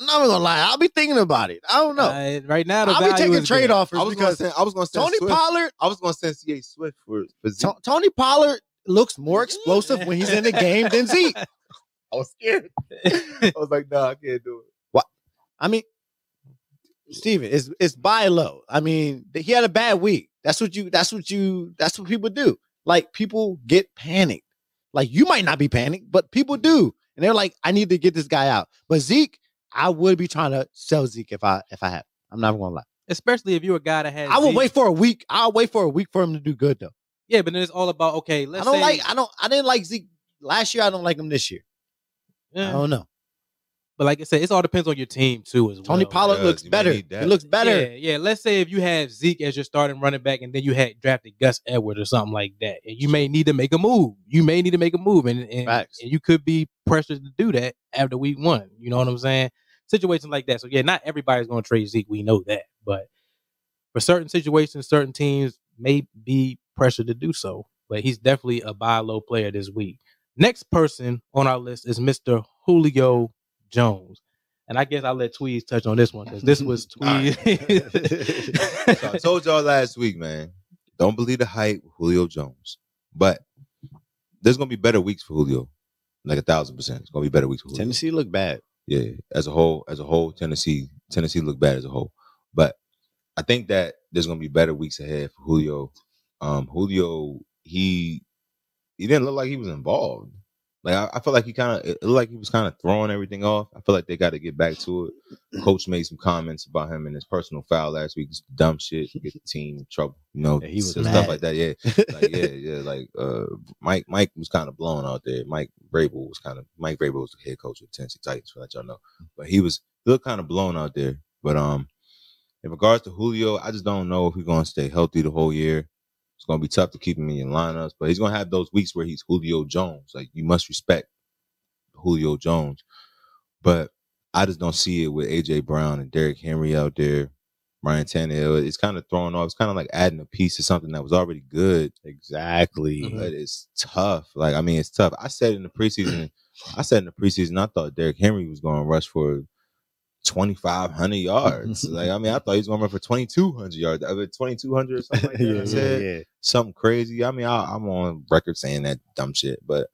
I'm not even gonna lie. I'll be thinking about it. I don't know. Uh, right now, the I'll be value taking is good. trade offers I was gonna because send. I was gonna send Tony Swift. Pollard, I was gonna send C.A. Swift for, for Zeke. To- Tony Pollard looks more explosive when he's in the game than Zeke. I was scared. I was like, nah, I can't do it. I mean, Steven, it's it's buy low. I mean, th- he had a bad week. That's what you. That's what you. That's what people do. Like people get panicked. Like you might not be panicked, but people do, and they're like, "I need to get this guy out." But Zeke, I would be trying to sell Zeke if I if I had. I'm not gonna lie. Especially if you're a guy that has. I will Zeke. wait for a week. I'll wait for a week for him to do good though. Yeah, but then it's all about okay. Let's I don't say, like. I don't. I didn't like Zeke last year. I don't like him this year. Yeah. I don't know. But like I said, it all depends on your team too. As well, Tony Pollard does. looks You may better. He need that. looks better. Yeah, yeah. Let's say if you have Zeke as your starting running back, and then you had drafted Gus Edwards or something like that, and you may need to make a move. You may need to make a move, and and, Facts. and you could be pressured to do that after week one. You know what I'm saying? Situations like that. So yeah, not everybody's going to trade Zeke. We know that, but for certain situations, certain teams may be pressured to do so. But he's definitely a buy low player this week. Next person on our list is Mr. Julio Jones. And I guess I'll let Tweez touch on this one because this was All right. So I Tweez. told y'all last week, man. Don't believe the hype, with Julio Jones. But there's gonna be better weeks for Julio, like a thousand percent. It's gonna be better weeks for Julio. Tennessee look bad. yeah, as a whole, as a whole, Tennessee, Tennessee looked bad as a whole. But I think that there's gonna be better weeks ahead for Julio. Um, Julio, he he didn't look like he was involved. Like I, I feel like he kind of it looked like he was kind of throwing everything off. I feel like they got to get back to it. Coach made some comments about him and his personal foul last week. Just dumb shit, get the team in trouble. You know, Yeah, he was stuff mad. like that. Yeah, like yeah, yeah. Like uh, Mike, Mike was kind of blown out there. Mike Vrabel was kind of Mike Vrabel was the head coach of the Tennessee Titans. For that y'all know, but he was he looked kind of blown out there. But um, in regards to Julio, I just don't know if he's gonna stay healthy the whole year. It's gonna be tough to keep him in your lineups, but he's gonna have those weeks where he's Julio Jones. Like you must respect Julio Jones, but I just don't see it with AJ Brown and Derrick Henry out there. Ryan Tannehill, it's kind of thrown off. It's kind of like adding a piece to something that was already good Exactly. Mhm. but it's tough. Like I mean, it's tough. I said in the preseason, I said in the preseason, I thought Derrick Henry was going to rush for twenty five hundred yards. like I mean, I thought he was going to run for twenty two hundred yards. I mean, twenty two hundred or something like that. I said something crazy. I mean, I, I'm on record saying that dumb shit, but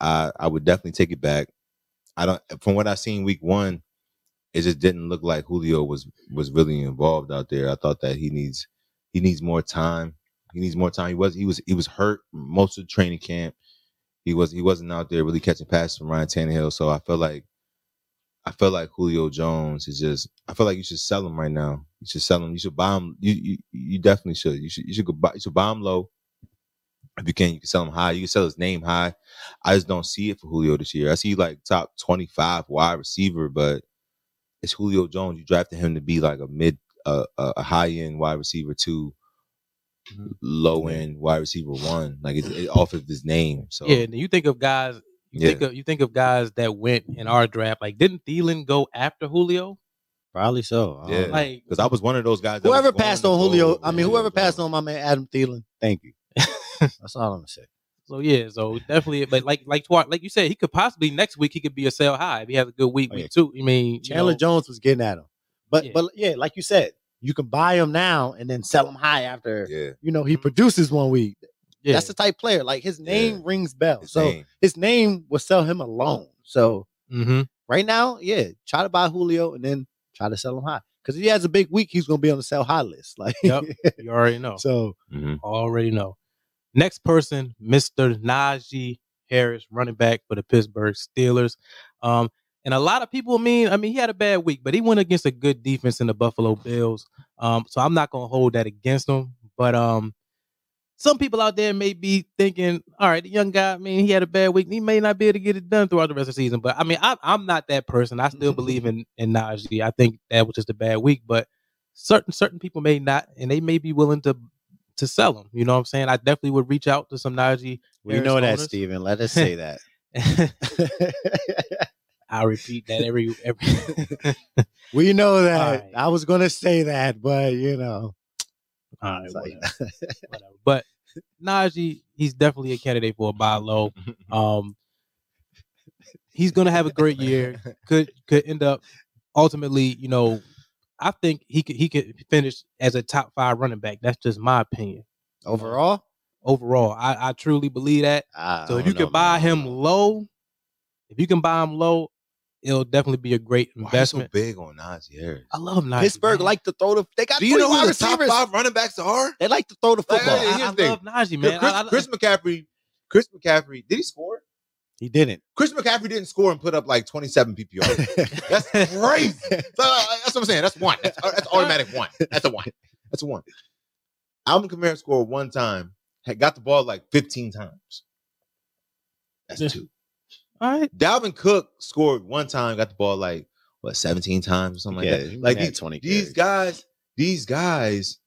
I I would definitely take it back. I don't. From what I seen week one, it just didn't look like Julio was was really involved out there. I thought that he needs he needs more time. He needs more time. He was he was he was hurt most of the training camp. He was he wasn't out there really catching passes from Ryan Tannehill. So I feel like I feel like Julio Jones is just. I feel like you should sell him right now. You should sell him. You should buy him. You you, you definitely should. You should you should go buy. You should buy him low. If you can, you can sell him high. You can sell his name high. I just don't see it for Julio this year. I see like top twenty five wide receiver, but it's Julio Jones. You drafted him to be like a mid, uh, a a high end wide receiver two, low end wide receiver one. Like it's it, off of his name. So yeah, and you think of guys. You Yeah. think of you think of guys that went in our draft. Like, didn't Thielen go after Julio? Probably so. I don't Yeah. know. Like, because I was one of those guys. that was whoever going passed to on go Julio, with I mean, whoever Julio passed Jones. on my man Adam Thielen, thank you. That's all I'm gonna say. so yeah, so definitely. But like, like Twart, like you said, he could possibly next week he could be a sell high if he has a good week. Oh, yeah. Week two, I mean, you Chandler know, Jones was getting at him, but Yeah. but yeah, like you said, you can buy him now and then sell him high after. Yeah. Mm-hmm. You know, he produces one week. yeah. That's the type player. Like his name Yeah. rings bells. his So name. his name will sell him a loan. So hmm right now, yeah, try to buy Julio and then try to sell him high. Because if he has a big week, he's gonna be on the sell high list. Like Yep. You already know. so Mm-hmm. Mhm. already know. Next person, Mr. Najee Harris, running back for the Pittsburgh Steelers. Um, And a lot of people mean, I mean, he had a bad week, but he went against a good defense in the Buffalo Bills. Um, so I'm not gonna hold that against him. But um, some people out there may be thinking, all right, the young guy, I mean, he had a bad week. He may not be able to get it done throughout the rest of the season. But I mean, I, I'm not that person. I still believe in in Najee. I think that was just a bad week. But certain certain people may not, and they may be willing to to sell him. You know what I'm saying? I definitely would reach out to some Najee. We know that, Harris owners. Steven. Let us say that. I repeat that every every. we know that. Alright. I was gonna say that, but you know, all right, It's whatever. like- whatever. But Najee, he's definitely a candidate for a buy low. Um, he's gonna have a great year. Could could end up ultimately, you know, I think he could he could finish as a top five running back. That's just my opinion. Overall, Overall, I, I truly believe that. I So if don't you can know, buy man. him low, if you can buy him low, it'll definitely be a great Why you so investment. big on Najee Harris? I love Najee. Pittsburgh man. like to throw the. They got Do you three know who wide the top receivers. five running backs are? They like to throw the Like, football. hey, I, I here's the thing. love Najee, man. Chris, I- I- Chris McCaffrey, Chris McCaffrey, did he score? he didn't. Chris McCaffrey didn't score and put up like 27 PPR. That's crazy. So, uh, that's what I'm saying. That's one. That's, uh, that's automatic one. That's a one. That's a one. Alvin Kamara scored one time, had got the ball like 15 times. Yeah. That's two. all right. Dalvin Cook scored one time, got the ball like what 17 times or something Yeah, like he that. Like had these, 20 these carries. guys, these guys,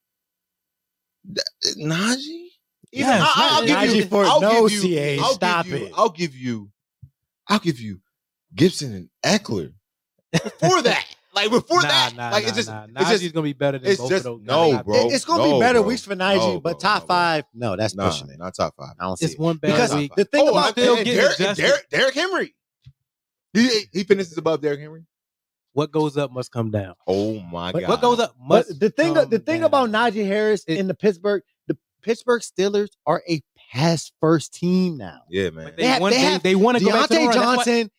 th- Najee. Even- Yes, I- I'll Najee- give you- Najee for I'll no give you- CA. I'll give Stop you- it. I'll give you, I'll give you Gibson and Eckler before that. Like before nah, that, nah, like nah, it's just, nah. it's Najee's just, gonna be better than it's both just of those. no, guys. bro. It- it's gonna No, be better bro. weeks for Najee, No, but bro, top no, bro. five, no, that's nah, pushing it. not top five. I don't see It's it. one bad Because week. the thing oh, about and- still and getting Derrick, and adjusted. Derrick, Derrick Henry. He, he finishes above Derrick Henry. What goes up must come down. Oh my But god! What goes up But must. the thing, uh, come the thing down. about Najee Harris It- in the Pittsburgh, the Pittsburgh Steelers are a pass first team now. Yeah, man. But they, They had- want, they they, have they want to go back to the Deontay run. That's why- Johnson,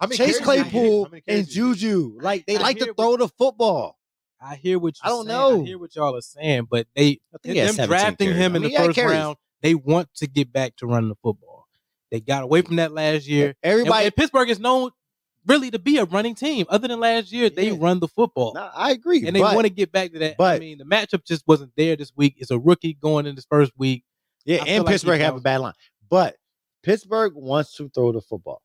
How many carries did Chase he get? How Claypool, many carries and did he get? Juju, like they I like hear to what- throw the football. I hear what you. I don't I know. hear what y'all are saying, but they think he had them 17 drafting carries. him I in mean, the he had first carries. round. They want to get back to running the football. They got away from that last year. And, Everybody, and Pittsburgh is known really to be a running team. Other than last year, they Yeah. run the football. Nah, I agree. and they but- want to get back to that. I but- mean, the matchup just wasn't there this week. It's a rookie going in his first week. I Yeah, feel and like he Pittsburgh have a bounced- bad line, but Pittsburgh wants to throw the football,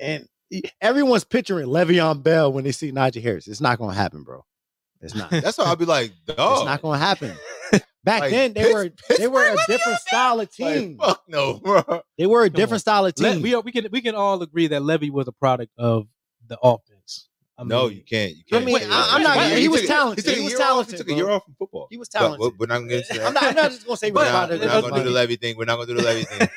and e- everyone's picturing Le'Veon Bell when they see Najee Harris. It's not going to happen, bro. It's not. it's That's why I'll be like, dog. not going to happen. Back Like, then, they Pitts- were they were a Pittsburgh different style of team. Like, fuck no, bro. They were a Come different style of Le- team. we are, we can we can all agree that Levy was a product of the offense. I no, mean, you can't. You I can't. mean, say I- that. I'm not- Yeah, he was took a- talented. took a He was year off- talented, He took bro. a year off from football. he was But- talented. but We're not gonna get into that. I'm not. I'm not just going to say We're we're But- not, about we're it. not gonna do the Levy thing. We're not gonna do the Levy thing.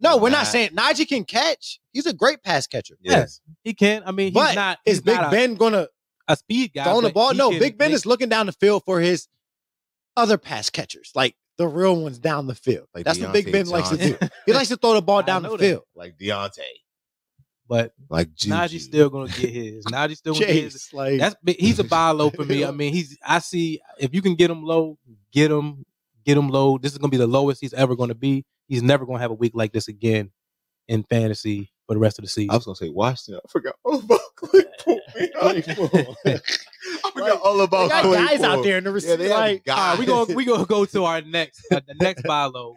No, we're not Nah. saying Najee can catch. He's a great pass catcher. yes, he can. I mean, he's But not. Is He's Big not a- Ben going to a speed guy. throwing the but ball. he No, can Big Ben make- is looking down the field for his other pass catchers, like the real ones down the field. Like That's what Big Deontay Ben likes to do. Johnson. He likes to throw the ball I down know the that. field. like Deontay, but like Juju. Najee's still gonna get his. Najee's still gonna get his. Chase, like That's but he's a buy low for me. I mean, he's. I see if you can get him low, get him, get him low. This is gonna be the lowest he's ever gonna be. He's never gonna have a week like this again in fantasy for the rest of the I season. was gonna say Washington. I forgot all about Claypool. man. I forgot all they about got Claypool. guys out there in the Yeah, receiver. they have like, All guys. right, we gonna we gonna go to our next uh, the next buy low.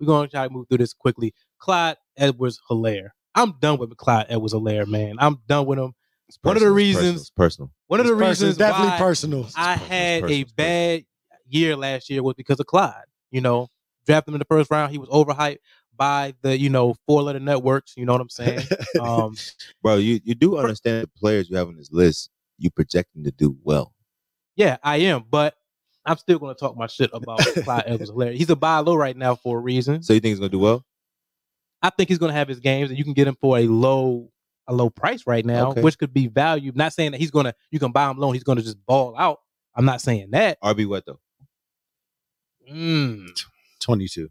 We're gonna try to move through this quickly. Clyde Edwards Hilaire. I'm done with Clyde Edwards Hilaire, man. I'm done with him. It's One of the personal, it's reasons- personal, it's personal. One of the this person's reasons definitely why personal. I personal, had personal, a personal. bad year last year was because of Clyde. You know, drafted him in the first round. He was overhyped by the you know four letter networks. You know what I'm saying? um, bro. You you do understand the players you have on this list. You projecting to do well. yeah, I am, but I'm still gonna talk my shit about Clyde Edwards Hilaire. He's a buy low right now for a reason. So you think he's gonna do well? I think he's gonna have his games, and you can get him for a low a low price right now, Okay. which could be value. Not saying that he's gonna you can buy him low. and He's gonna just ball out. I'm not saying that. RB what though? Mm. Twenty-two.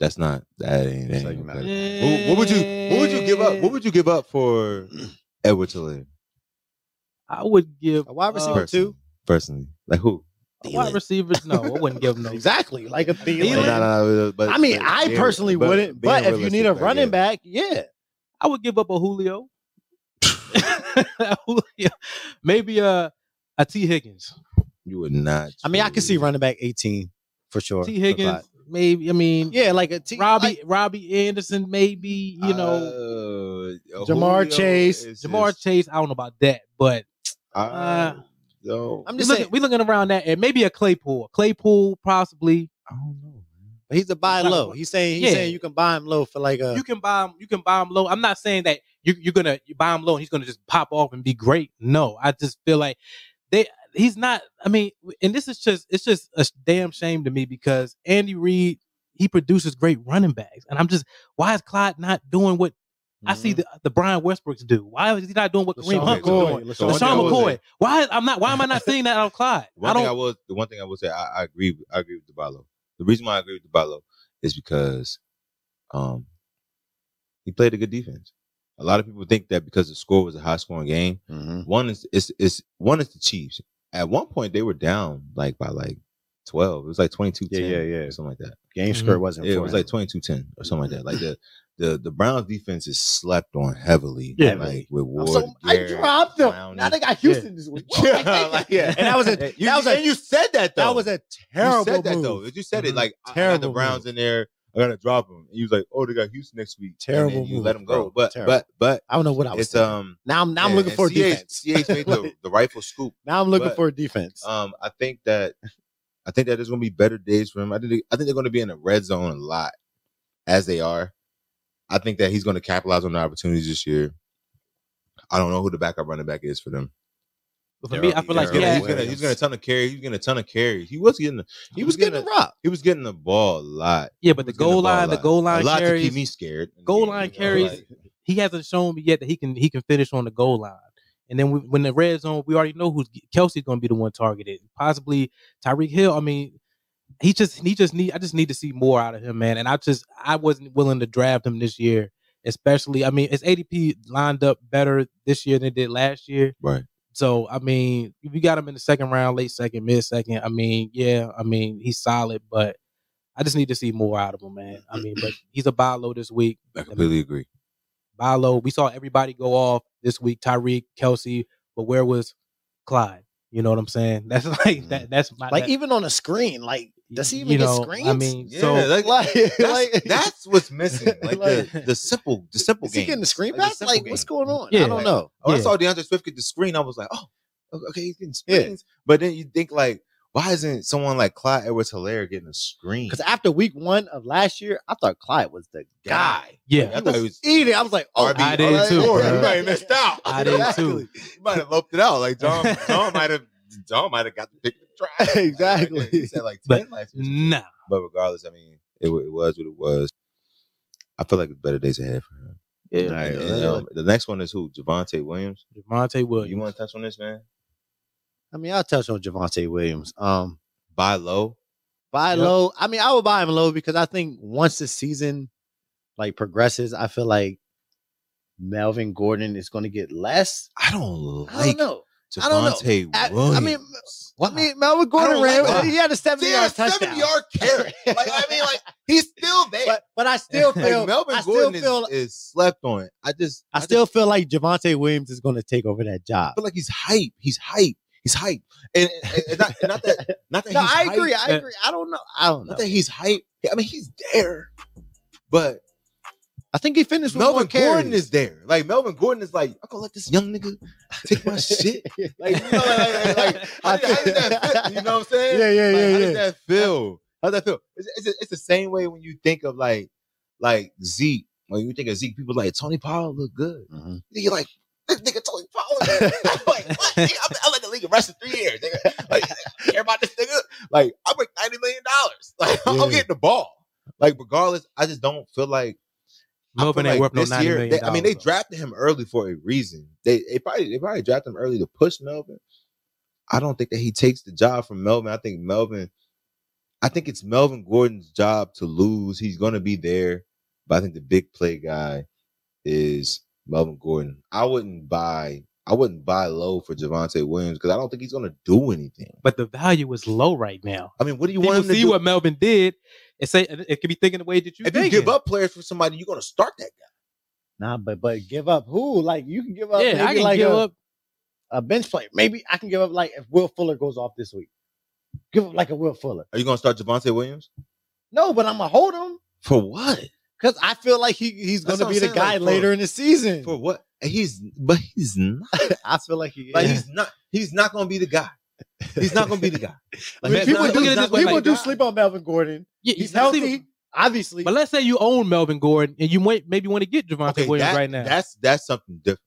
That's not that ain't. That It's like ain't not- okay. What, what would you What would you give up? What would you give up for Edward Tiller? I would give A wide Uh, receiver two. personally, like who? A wide receivers, no, I wouldn't give them no. Exactly, like a Thielen? No, no, Thielen. no, no, but- I mean, but I being- personally wouldn't, but being if you need a realistic, like, running yeah. back, yeah, I would give up a Julio. Julio. Maybe uh, a T Higgins. You would not. I mean, I can see choose. running back 18 for sure. T for Higgins. Clyde. Maybe I mean Yeah, like a T. Robbie like- Robbie Anderson. Maybe you know Uh, Jamar Julio Chase. is Jamar just- Chase. I don't know about that, but I don't- I'm we just looking, saying, we looking around that and maybe a Claypool. Claypool possibly. I don't know. man. but he's a buy low. He's saying he's Yeah. saying you can buy him low for like a. you can buy him. You can buy him low. I'm not saying that you, you're gonna you buy him low and he's gonna just pop off and be great. No, I just feel like they. He's not. I mean, and this is just it's just a damn shame to me because Andy Reid he produces great running backs, and I'm just why is Clyde not doing what I see the the Brian Westbrook's do? Why is he not doing what Mm-hmm. Kareem Mm-hmm. LaShawn Hunt was McCoy. doing? The LaShawn one thing LaShawn I will McCoy. say- Why is- I'm not? Why am I not seeing that out of Clyde? I One thing I don't. will. The one thing I will say, I, I agree. I agree with Debalo. The reason why I agree with Debalo is because, um, he played a good defense. A lot of people think that because the score was a high scoring game. Mhm. One is is is one is the Chiefs. At one point, they were down like by like twelve. It was like 22 Yeah, yeah, yeah. something like that. Game Mhm. script wasn't. Yeah, it for was him. like 22-10 or something like that. Like the the the Browns defense is slept on heavily. Yeah. like with I'm Ward. so, I Garrett, dropped them. Clowney. Now they got Houston this week. What was I Like, thinking? yeah. And that was a Hey, you- that was a and you said that though. that was a you terrible said that move. Mm-hmm. though. You said it Mhm. like I- I got the Terrible Browns in there. I gotta drop them. And you was like, oh, they got Houston next week. And then Terrible you move, let them go. bro. But Terrible. but but I don't know what I was. it's thinking. um. now I'm now I'm yeah, looking and for a CH defense. CH made the, the rifle scoop. Now I'm looking but- for a defense. Um, I think that I think that there's gonna be better days for him. I think they, I think they're gonna be in the red zone a lot as they are. I think that he's gonna capitalize on the opportunities this year. I don't know who the backup running back is for them. but for me, I feel like He's he gonna, has he's gonna he's Williams. gonna ton of carries. He's getting a ton of carries. He was getting he was getting a, robbed. he was getting the ball a lot. yeah, but He the was getting goal ball a line, the lot. goal line a lot to carries, keep me scared. goal Yeah, line you know, carries. like- he hasn't shown me yet that he can he can finish on the goal line. And then we, when the red zone, we already know who's Kelsey's going to be the one targeted, possibly Tyreek Hill. I mean, he just he just need I just need to see more out of him, man. And I just I wasn't willing to draft him this year, especially. I mean, his ADP lined up better this year than it did last year. Right. So I mean, if you got him in the second round, late second, mid second, I mean, yeah, I mean he's solid, but I just need to see more out of him, man. I mean, but he's a buy low this week. I completely agree. Balo. We saw everybody go off this week. Tyreek, Kelsey, but where was Clyde? You know what I'm saying? That's like Mm. that. That's my Like e, that- even on a screen, like does he even you get know, screens? I mean, Yeah, so like, like, that's, like- that's what's missing. Like, the, Like- the simple the simple is he getting the games. screen the back? simple Like what's games. going on? Yeah. I don't know. When I Yeah. saw DeAndre Swift get the screen, I was like, oh, okay, he's getting Yeah. screens. But then you think like, why isn't someone like Clyde Edwards Hilaire getting a screen? Because after week one of last year, I thought Clyde was the guy. I yeah, thought he was Eating, I was like, oh, RB. I did too, Or bro. you might have missed out. I did too. Exactly. You might have loped it out. Like John, John might have John might have got the big try. Exactly. Like, he said like But- ten last year. nah. But regardless, I mean, it, wa- it was what it was. I feel like better days ahead for him. Yeah, And, All right, and, um, the next one is who? Javante Williams. Javante You Williams. want to touch on this, man? I mean, I'll touch on Javante Williams. Um, Buy low. buy Yep. low. I mean, I would buy him low because I think once the season like progresses, I feel like Melvin Gordon is going to get less. I don't like I don't know. I don't know. Javante I- I Williams. mean, what? I mean, Melvin Gordon don't like ran. that. he had a seventy they had yard a seven touchdown. yard carry. Like I mean, like he's still there. but but I still Like, feel Melvin I still Gordon is- feel- is, slept on. I just I still feel like Javante Williams is going to take over that job. just feel like he's hype. He's hype. He's hype. And, and- and not, and not that not that No, he's I hype. agree. I Uh, agree. I don't know. I don't know. Not that he's hype. I mean, he's there. But I think he finished with Melvin more carries. Gordon is there. Like Melvin Gordon is like, I'm gonna let this young nigga take my shit. Like, you know, like, like, like, how did- how did that fit? You know what I'm saying? Yeah, yeah, Like, yeah, how yeah. does that feel? How does that feel? It's, it's, it's the same way when you think of like like Zeke. When you think of Zeke, people like Tony Pollard look good. Mm-hmm. Mhm. You're like this nigga Tony Pollard. I'm like, what? Nigga, I'm, I'm like the league of rest in three years. Nigga. Like, I care about this nigga? Like, I break ninety million dollars. Like, I'm Yeah. getting the ball. Like, regardless, I just don't feel like I Melvin feel ain't like worth no this ninety year, million they- I mean, they dollars, though. drafted him early for a reason. They they probably they probably drafted him early to push Melvin. I don't think that he takes the job from Melvin. I think Melvin, I think it's Melvin Gordon's job to lose. He's going to be there, but I think the big play guy is Melvin Gordon. I wouldn't buy. I wouldn't buy low for Javante Williams because I don't think he's going to do anything. But the value is low right now. I mean, what do you You want want him to see do? what Melvin did and say it could be thinking the way that you if you thinking. give up players for somebody, you're going to start that guy. Nah, but but give up who? Like you can uh, give up. yeah, I maybe can like give a, up. a bench player. Maybe I can give up like if Will Fuller goes off this week. Give up like a Will Fuller. Are you gonna start Javante Williams No, but I'm gonna hold him for what? because I feel like he, he's That's gonna what be I'm the saying, guy like, for- later in the season. For what? He's but he's not. I feel like he. Like is. he's not. He's not gonna be the guy. He's not gonna be the guy. I mean, that's people not- do- he's not gonna People be the do guy. sleep on Melvin Gordon. Yeah, He's let's see- healthy, obviously. But let's say you own Melvin Gordon and you might maybe want to get Javante Okay, Williams that- right now. That's that's something different.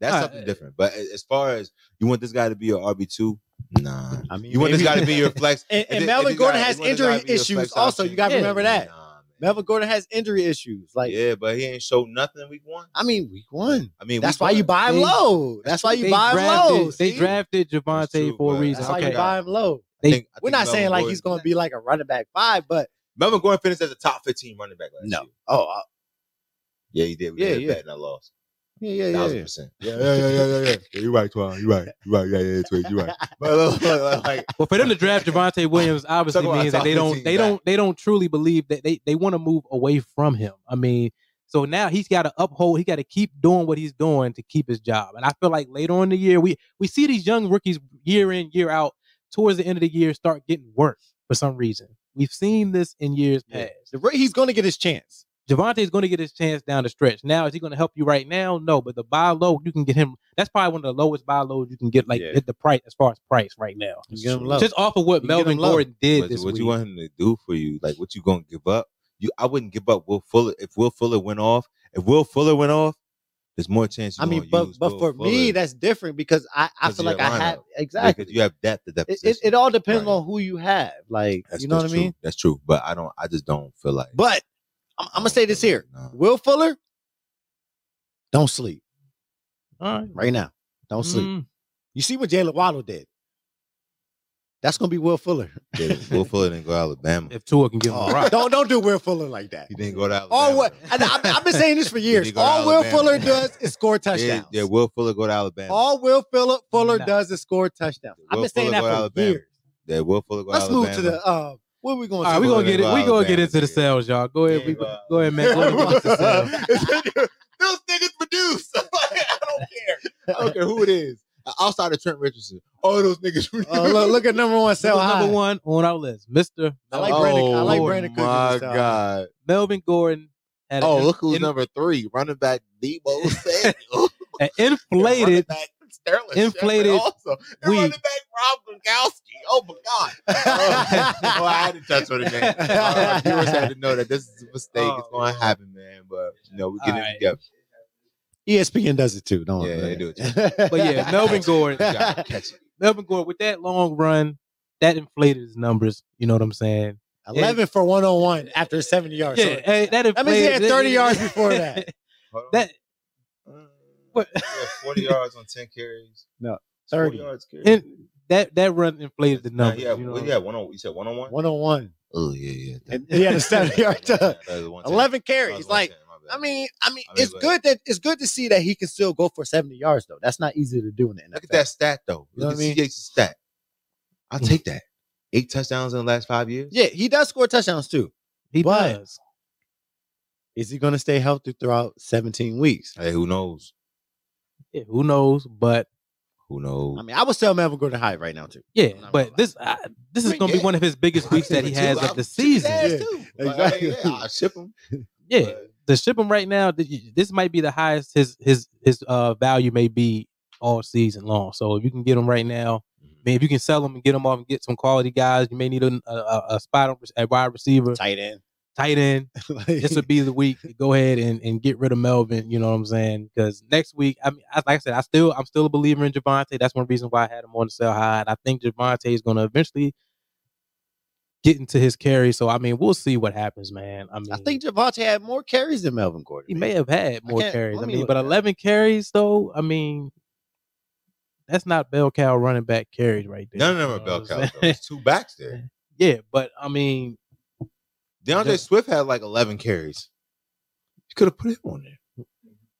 That's Uh, something different. But a- as far as you want this guy to be your RB two, nah. I mean, You want this maybe- guy to be your flex. And, If and it- Melvin if this Gordon guy- has you want this guy injury to be your flex issues. Also, option, you gotta Yeah. remember nah, that man. Melvin Gordon has injury issues. Like, yeah, but he ain't showed nothing week one. I mean, week one. I mean, That's week why you one- buy him They- low. That's why you They buy him drafted- low. They see? drafted Javante true, for a but reason. That's why Okay, you buy him low. I They- think- I We're think not saying Melvin like Gordon- he's going to be like a running back five, but Melvin Gordon finished as a top fifteen running back last No. year. oh, uh, Yeah, he did. We Yeah, yeah, yeah. yeah. Bet and I lost. yeah, yeah, yeah, Thousand yeah. percent. Yeah, yeah, yeah, yeah, yeah. You're right, Twan. You're right. You're right. Yeah, yeah, Twig. You're right. But like, like, Well, for them to draft Javante Williams obviously Talk about means that they top don't 15 they back. don't they don't truly believe that they they want to move away from him. I mean, so now he's got to uphold. He got to keep doing what he's doing to keep his job. And I feel like later on in the year, we we see these young rookies year in year out. Towards the end of the year, start getting worse for some reason. We've seen this in years Yeah. past. The re- He's going to get his chance. Javante is going to get his chance down the stretch. Now, is he going to help you right now? No, but the buy low, you can get him. That's probably one of the lowest buy lows you can get, like Yeah. at the price as far as price right now. You get him low. Just off of what You can get Melvin him low. Gordon did what, this what week. you want him to do for you? Like, what you gonna give up? You, I wouldn't give up Will Fuller if Will Fuller went off. If Will Fuller went off, there's more chance. You I mean, but but for me, that's different because I, I 'Cause feel of like your I have lineup. exactly. because you have depth at that It, position. it, it all depends Right. on who you have. Like, That's- you know what I that's mean? true. That's true. But I don't. I just don't feel like. But I'm, I'm gonna say this here: Nah. Will Fuller, don't sleep All right. right now. Don't sleep. Mm. You see what Jalen Waddle did? That's gonna be Will Fuller. Oh, Yeah, Will Fuller didn't go to Alabama. If Tua can give Oh, him a rock. don't don't do Will Fuller like that. he didn't go to Alabama. All Oh, what and I've, I've been saying this for years. He go to All Will Alabama. Fuller does is score Yeah, touchdowns. yeah, Will Fuller go to Alabama. All Will Fuller, Fuller Nah. does is score touchdowns. I've Will been saying Fuller go to that for Alabama. years. yeah, Will Fuller go to Let's Alabama. move to the uh, what are we All going right, to? we're gonna get it. We're gonna get Alabama, into the yeah. sales, y'all. Go ahead, Yeah, we- well. go ahead, man. Go ahead, amongst yourselves. Those niggas produce. Like, I don't care. I don't care who it is. Outside of Trent Richardson, all those niggas produce. Oh, look, look at number one That sell was high. number one on our list, Mister I like Brandon- I like Oh, Brandon Cooks My this time. God. Melvin Gordon. Had Oh, an, look who's in- number three, running back Debo Samuel. an Running inflated. back Sterling inflated Shepard also. And week. running back Rob Gronkowski. Oh my God! Oh, well, I had to touch on it, man. Our viewers had to know that this is a mistake. Oh, it's going to happen, man. But you know, we get All it right. together. ESPN does it too. Don't Yeah, worry. they do it too. But yeah, Melvin Gordon. You gotta catch it. Melvin Gordon with that long run, that inflated his numbers. You know what I'm saying? Eleven for one hundred and one after seventy yards. Yeah, hey, that inflated. That means he had 30 yards before that. Hold on. that what- Mm, Yeah, forty yards on ten carries. No, It's 40 30. yards carries. in, that that run inflated the Nah, numbers. yeah, you know well, what yeah, one on. You said one on one. one on one. Oh yeah, yeah. And he had a seven-yard Yeah, touch. that was a one-ten. Eleven That was carries. Like one-ten, my bad. I mean, I mean, I mean, it's but- good that it's good to see that he can still go for seventy yards though. That's not easy to do in the NFL. Look at that stat though. You know Look what I mean? Mm. at CH's stat. I'll take that. Eight touchdowns in the last five years. Yeah, he does score touchdowns too. He But- does. Is he going to stay healthy throughout seventeen weeks? Hey, who knows? Yeah, who knows? But Who knows? I mean, I would still Melvin Gordon high right now too. yeah, I'm not but gonna this I, this is mean, gonna be yeah. one of his biggest weeks that he has of the season. ass. Yeah, exactly. I ship him. Yeah, to ship him right now, th- you- this might be the highest his his his uh value may be all season long. So if you can get him right now, Mm-hmm. I mean, if you can sell him and get him off and get some quality guys, you may need a, a- a, a spot on at wide receiver, Tight end. tight end. Like- this would be the week. to Go ahead and, and get rid of Melvin. You know what I'm saying? Because next week, I mean, I- like I said, I still I'm still a believer in Javante. That's one reason why I had him on the sell high. And I think Javante is going to eventually get into his carry. So I mean, we'll see what happens, man. I mean, I think Javante had more carries than Melvin Gordon. he man. may have had I more can't- carries. let I me mean, look but at it. 11 carries though. I mean, that's not bell cow running back carries right there. None of You them are know bell what I'm cows. though. saying? It's two backs there. yeah, but I mean, DeAndre Yeah. Swift had like eleven carries. You could have put him on there.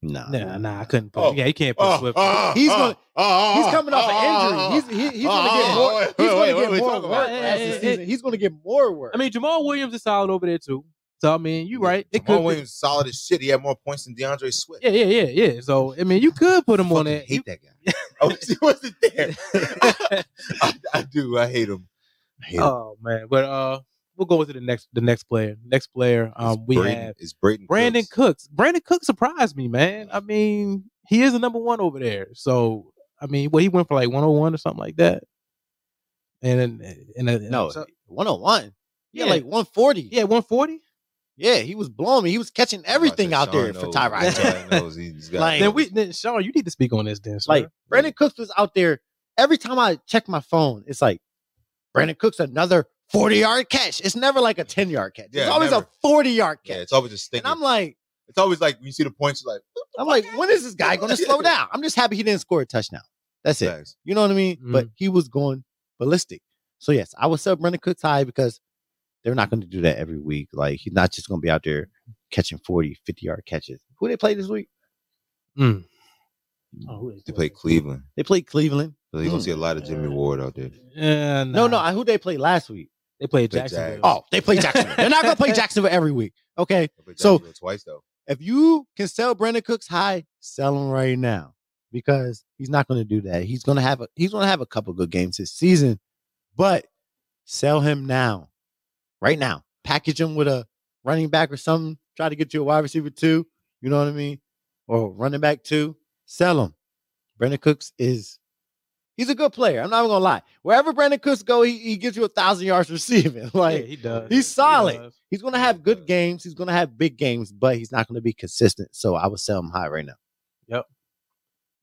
Nah, nah, nah, I couldn't put. Oh, yeah, you can't put Swift. He's ah, gonna- oh, he's coming off an injury. He's he, he's going to get ah, more. He's going to get more work about? as the Hey, hey, season. He's going to get more work. I mean, Jamal Williams is solid over there too. So I mean, you right. It Jamal could. be- Williams solid as shit. He had more points than DeAndre Swift. Yeah, yeah, yeah, yeah. So I mean, you could put him on Fucking that. hate that guy. I wish he wasn't there. I, I do. I hate him. I hate him. Oh man, but uh, we'll go to the next the next player. Next player, um, It's we Braden- have it's Braden Brandon Cooks. Cooks. Brandon Cook surprised me, man. I mean, he is the number one over there. So I mean, well, he went for like one hundred one or something like that. And and, and, and No, so- 101. Yeah, Yeah. like 140. yeah, one forty. Yeah, he was blowing me. He was catching everything Like I out said, there Sean for knows. Tyrod. Yeah. Taylor. Sean knows he's got Like- Then we then Sean, you need to speak on this then. sir. like Brandon Cooks was out there. Every time I check my phone, it's like Brandon Cooks another 40 yard catch. It's never like a 10 yard catch. Yeah, it's always never. a 40 yard yeah, catch. it's always just and thinking. I'm like, it's always like when you see the points, you're like, I'm like, when is this guy going to slow down? I'm just happy he didn't score a touchdown. That's it. facts. You know what I mean? But Mhm. he was going ballistic. So yes, I would sell Brandon Cooks high because they're not going to do that every week. Like he's not just going to be out there catching 40, 50 yard catches. Who they play this week? Mm. They play Cleveland. They played Cleveland. So you're gonna Mm. see a lot of Jimmy Ward out there. Yeah, No, no, Uh, nah. I, who they played last week? they played Play Jacksonville. Jags. Oh, they play Jacksonville. They're not gonna play Jacksonville every week. Okay. They play So- Jacksonville twice though. If you can sell Brandon Cooks high, sell him right now. Because he's not gonna do that. He's gonna have a he's gonna have a couple good games this season, but sell him now. Right now. Package him with a running back or something. Try to get you a wide receiver too. You know what I mean? Or running back two. Sell him. Brandon Cooks is he's a good player. I'm not even gonna lie. Wherever Brandon Cooks go, he, he gives you a thousand yards receiving. yeah, Like he does. he's He solid. does. He's gonna have good games. He's gonna have big games, but he's not gonna be consistent. So I would sell him high right now.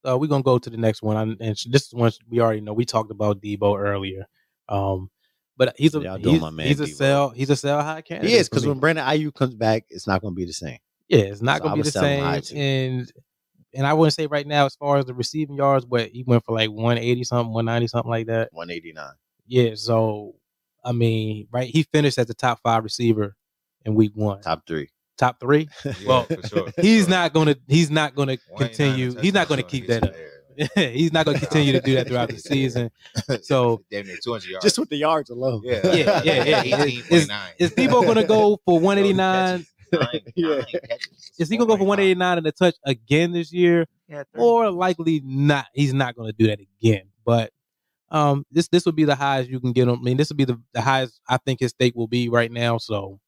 uh, we're gonna go to the next one, I'm, and sh- this one we already know. We talked about Debo earlier, um, but he's a Y'all doing he's, my man he's a Debo. sell he's a sell high candidate. He is for because me. when Brandon Ayuk comes back, it's not gonna be the same. yeah, it's not So I gonna be would the sell him high, same. too. And and I wouldn't say right now as far as the receiving yards, but he went for like one eighty something, one ninety something like that. 189. Yeah, so I mean, right? He finished as the top five receiver in week one, top, Top three. three. Yeah, Well, for sure. for He's sure. not gonna he's not gonna Wayne Hines continue. has He's not to gonna show keep he's that up. there. he's not gonna continue to do that throughout the season. So- damn near 200 yards. Just with the yards alone. yeah, Yeah, yeah, yeah. Is- 18.9. Is Debo gonna go for one eighty nine? yeah. Is he gonna go for 189 and a touch again this year, or likely not? He's not gonna do that again. But um, this this would be the highest you can get him. I mean, this would be the, the highest I think his stake will be right now. So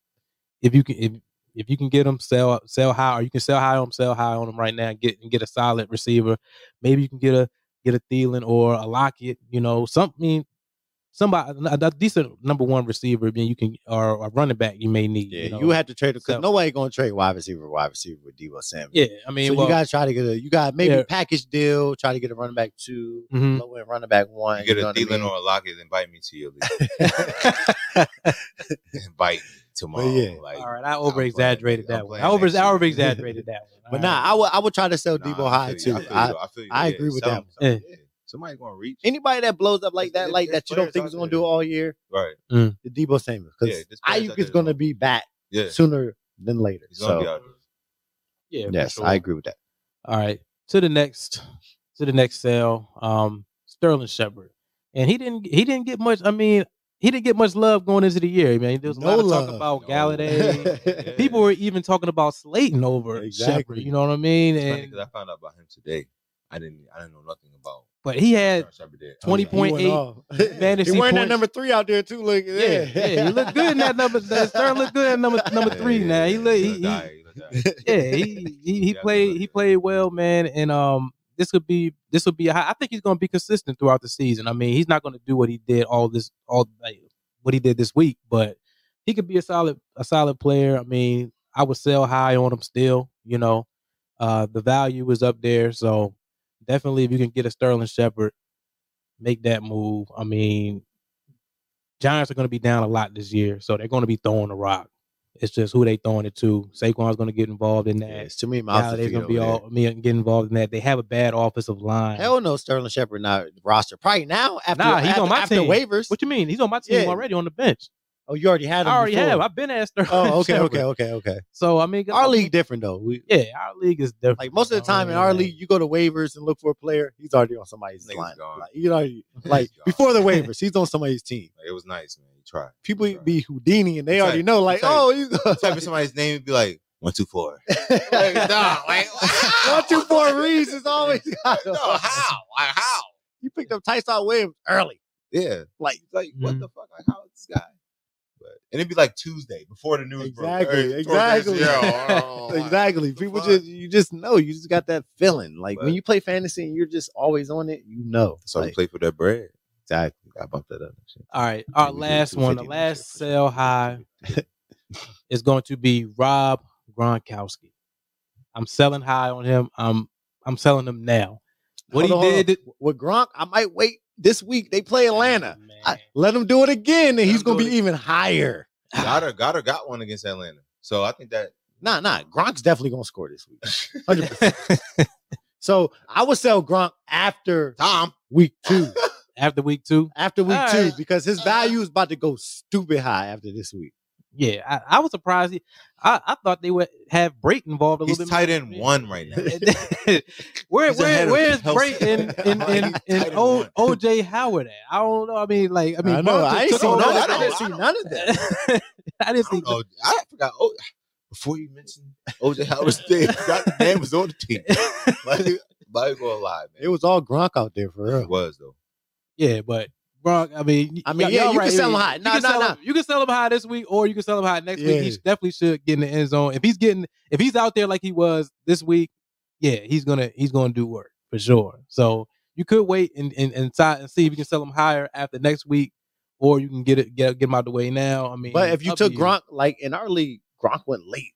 if you can if if you can get him sell sell high, or you can sell high on him, sell high on him right now. and Get and get a solid receiver. Maybe you can get a get a Thielen or a Lockett. You know, something. Somebody a a decent number one receiver, then you can or a running back you may need. Yeah, you, you, know? have to trade because So- nobody gonna trade wide receiver, wide receiver with Debo Samuel. Yeah, I mean, so well, you gotta try to get a you got maybe Yeah. package deal, try to get a running back two, mhm. low end running back one. Mm-hmm. You get you a know what I Thielen mean? or a Lockett, invite me to your league. invite me tomorrow. But yeah. Like, All right, I I'm over exaggerated playing- that I'm one. I playing over next year. I over exaggerated that one. But All nah, I would I would try to sell nah, Debo I high feel too. you, I feel I- you, I, feel you, I yeah. agree with Some- that one. some- Yeah. yeah. Somebody gonna reach. anybody that blows up like that, There's- like there's that you don't players think is out gonna there. do all year, Right. the Debo Samuel. Yeah, Because there's players out Ayuk is there gonna that- be back Yeah. sooner than later. He's gonna So be out there. Yeah, for yes, sure. I agree with that. All right, to the next, to the next sale, um, Sterling Shepard, and he didn't he didn't get much. I mean, he didn't get much love going into the year. I mean, there was a No lot of love. talk about No. Oh, Galladay. Yeah. People were even talking about Slayton over Shepard. Exactly. You know what I mean? It's funny And, 'cause I found out about him today. I didn't. I didn't know nothing about. but he had Sean Shepard Oh, did. 20 Okay. points. Point He went eight off. fantasy He wearing that points. number three out there too. Look, yeah, yeah, he looked good in that number. That Sterling looked good in number number Yeah, three. yeah, Now yeah, he look he, looked he, alright, he looked alright. yeah, he he, he Yeah, played good. he played well, man, and um, this could be this would be. a high- I think he's going to be consistent throughout the season. I mean, he's not going to do what he did all this all like, what he did this week, but he could be a solid a solid player. I mean, I would sell high on him still. You know, uh, the value is up there, so definitely if you can get a Sterling Shepard, make that move. I mean, Giants are going to be down a lot this year, so they're going to be throwing the rock. It's just who they throwing it to. Saquon's going to get involved in that. it's too many Now mouths. to they're feed gonna over be there. all me get involved in that. They have a bad offensive line. Hell no, Sterling Shepard not roster. Probably now after Nah, he's after, on my after team. waivers. What you mean? He's on my team Yeah. already on the bench. Oh, you already had him. I already before. have. I've been asked Sterling. Oh, okay, Shepard. okay, okay, okay. So I mean, Our league different though. We yeah, our league is different. like most of the time in our league, you go to waivers and look for a player. He's already on somebody's Niggas line. gone. Like, you know, like gone. before the waivers, he's on somebody's team. Like, it was nice, man. You tried. People You tried. be Houdini and they It's already like- know. Like, it's like- oh, he's type in somebody's name and be like one two four. Like, like, nah, like, one two four Reeves is always. No, how? Like how? You picked up Tyson Williams early. Yeah. Like It's like what Mm-hmm. Mhm. the fuck? Like how is this guy? But and it'd be like Tuesday before the news broke. Exactly, Or before this- exactly. Yo, exactly. Oh, the People fuck? just you just know. You just got that feeling. Like when But- you play fantasy and you're just always on it, you know. So we Like, play for that bread. exactly. I bumped that up. and shit. All right, our We did last one, the 250 last this year. sell high is going to be Rob Gronkowski. I'm selling high on him. I'm I'm selling him now. What Hold on, he hold on. did, With Gronk, I might wait this week. They play Atlanta. Man. I- let him do it again, and Let he's him gonna do be it. even higher. Goddard, Goddard got one against Atlanta. So I think that Nah, nah. Gronk's definitely gonna score this week. 100%. so I would sell Gronk after Tom. week two. after week two, After week All two, right. because his value is about to go stupid high after this week. yeah, I, I was surprised. He, I, I thought they would have Brayton involved a He's little bit. tight end one right now. where where He's ahead of where is Kelce. Brayton in in, He's in, tight in end o, one. OJ Howard at? I don't know. I mean, like I mean, I know. Gronk I just ain't took seen over none of I that. the league. don't- I didn't see none of that. I didn't I see don't know. I forgot. Oh, before you mentioned OJ Howard's name, that name was on the team. Like, nobody gonna lie, man. It was all Gronk out there for It real. was though. Yeah, but Gronk, I mean, I mean, yeah, y'all you can sell him high. You Nah, can nah, sell nah. him- you can sell him high this week, or you can sell him high next week. He Yeah. definitely should get in the end zone. If he's getting, if he's out there like he was this week, yeah, he's gonna he's gonna do work for sure. So you could wait and and and, si- and see if you can sell him higher after next week, or you can get it get get him out the way now. I mean, But if you up to took Gronk, like in our league, Gronk went late.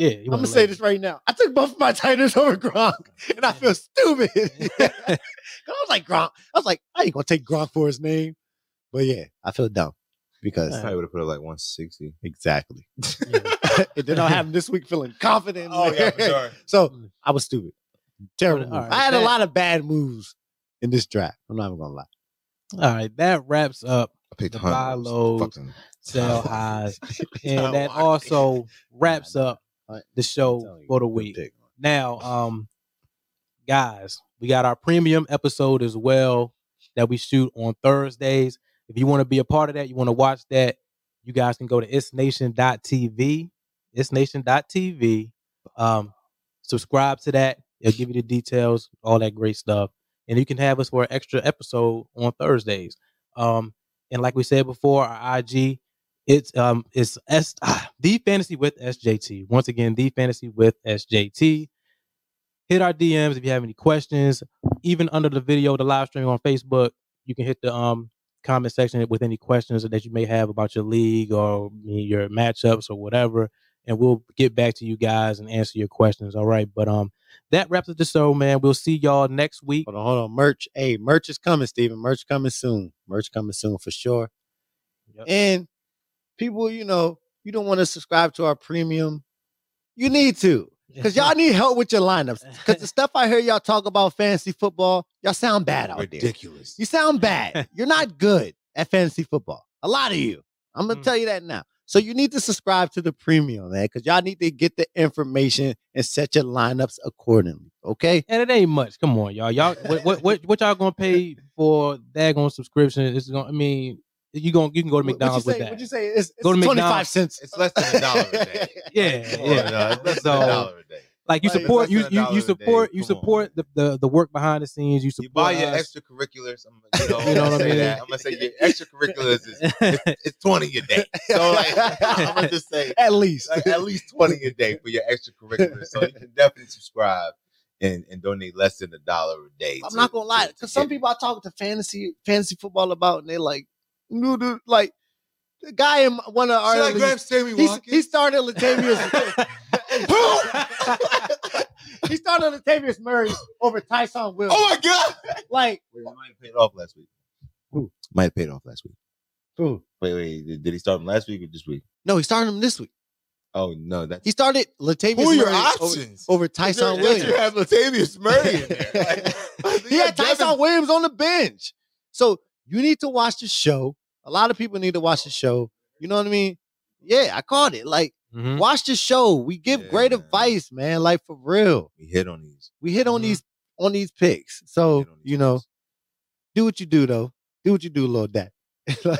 yeah, you I'm gonna say this right now. I took both of my Titans over Gronk, and I feel stupid. 'Cause I was like Gronk. I was like, I ain't gonna take Gronk for his name. But yeah, I feel dumb because Yeah. Probably would have put it like 160. exactly Yeah. it did not happen this week. Feeling confident. Oh, sure. So I was stupid. Terrible. Mm. All move. right, I had a that- lot of bad moves in this draft. I'm not even gonna lie. All right, that wraps up I picked The Hunt. buy It's lows. Fucking sell Tom highs, Waters. Tom and that Waters. also wraps up Alright. the I'm telling show you, for the good week. pick. Now, um, guys, we got our premium episode as well that we shoot on Thursdays. If you want to be a part of that, you want to watch that, you guys can go to itsnation.tv, itsnation.tv. Um, subscribe to that. It'll give you the details, all that great stuff. And you can have us for an extra episode on Thursdays. Um, and like we said before, our IG, it's um it's S ah, the fantasy with SJT. Once again, the fantasy with SJT. Hit our DMs if you have any questions. Even under the video, the live stream on Facebook, you can hit the um comment section with any questions that you may have about your league or I mean, your matchups or whatever. And we'll get back to you guys and answer your questions. All right. But um that wraps up the show, man. We'll see y'all next week. Hold on, hold on. Merch. Hey, merch is coming, Steven. Merch coming soon. Merch coming soon for sure. Yep. And people, you know, you don't want to subscribe to our premium. You need to. Because y'all need help with your lineups. Because the stuff I hear y'all talk about fantasy football, y'all sound bad out there. Ridiculous. You sound bad. You're not good at fantasy football. A lot of you. I'm gonna Mm. tell you that now. So you need to subscribe to the premium, man, because y'all need to get the information and set your lineups accordingly. Okay. And it ain't much. Come on, y'all. Y'all, what, what, what, what y'all gonna pay for daggone subscription? It's gonna. I mean, you gonna you can go to What- what McDonald's you with say, that. What'd you say? It's, it's Go to 25 McDonald's. cents. It's less than a dollar a day. Yeah, Come on, yeah. no, it's less than a So, dollar a day. Like you Like, support less you than a you, dollar you a day. support you Come on. support the, the the work behind the scenes. You You support buy your us. extracurriculars. I'm, you know, You know I'm what I gonna say mean? That. I'm gonna say your extracurriculars is it's twenty a day. So like, I'm gonna just say At least. like, at least twenty a day for your extracurriculars. So you can definitely subscribe and, and donate less than a dollar a day. I'm to- not gonna lie, to- to because some get- people I talk to fantasy fantasy football about, and they like, no, dude, like the guy in one of Should our I grab leagues, Sammy he's- he Watkins? started Latavius. he started Latavius Murray over Tyson Williams. Oh my god! Like, Wait, I might have paid off last week. Who? Might have paid off last week. Who? Wait, wait. Did, did he start him last week or this week? no, he started him this week. Oh no, that's He started Latavius who are your Murray over, options? over That Oh, Tyson you- that Williams. You have Latavius Murray in there. Like, he you got had Devin- Tyson Williams on the bench. So you need to watch the show. A lot of people need to watch the show. You know what I mean? Yeah, I caught it. Like, Mhm. watch the show. We give great Mm-hmm. Yeah. advice, man. Like for real. We hit on these. We hit on Mhm. these on these picks. So, Mm-hmm. hit on these Oh, you know, ones. do what you do though. Do what you do, little dad. But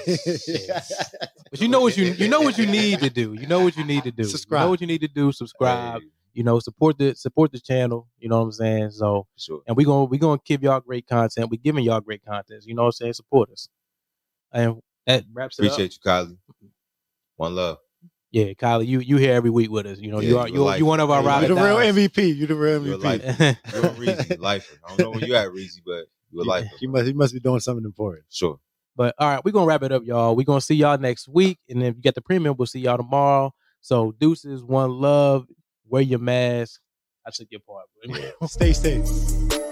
you know what you you know what you need to do. You know what you need to do. You Subscribe. know what you need to do. Subscribe. Hey, You know, support the support the channel. You know what I'm saying? So for sure. and we gonna we gonna give y'all great content. We giving y'all great content. You know what I'm saying? Support us. And that wraps it up. Appreciate you, Kylie. One love. Yeah, Kylie, you you here every week with us. You know, Yeah, you are you you, like- you one of our you ride you or the real dies. MVP. You the real You're MVP. You're a Reezy, lifer. I don't know where you at, Reezy, but you're a lifer. You must you must be doing something important. Sure. but all right, we're gonna wrap it up, y'all. We're gonna see y'all next week. And then if you get the premium, we'll see y'all tomorrow. So deuces, one love, wear your mask. I took your part. Stay safe.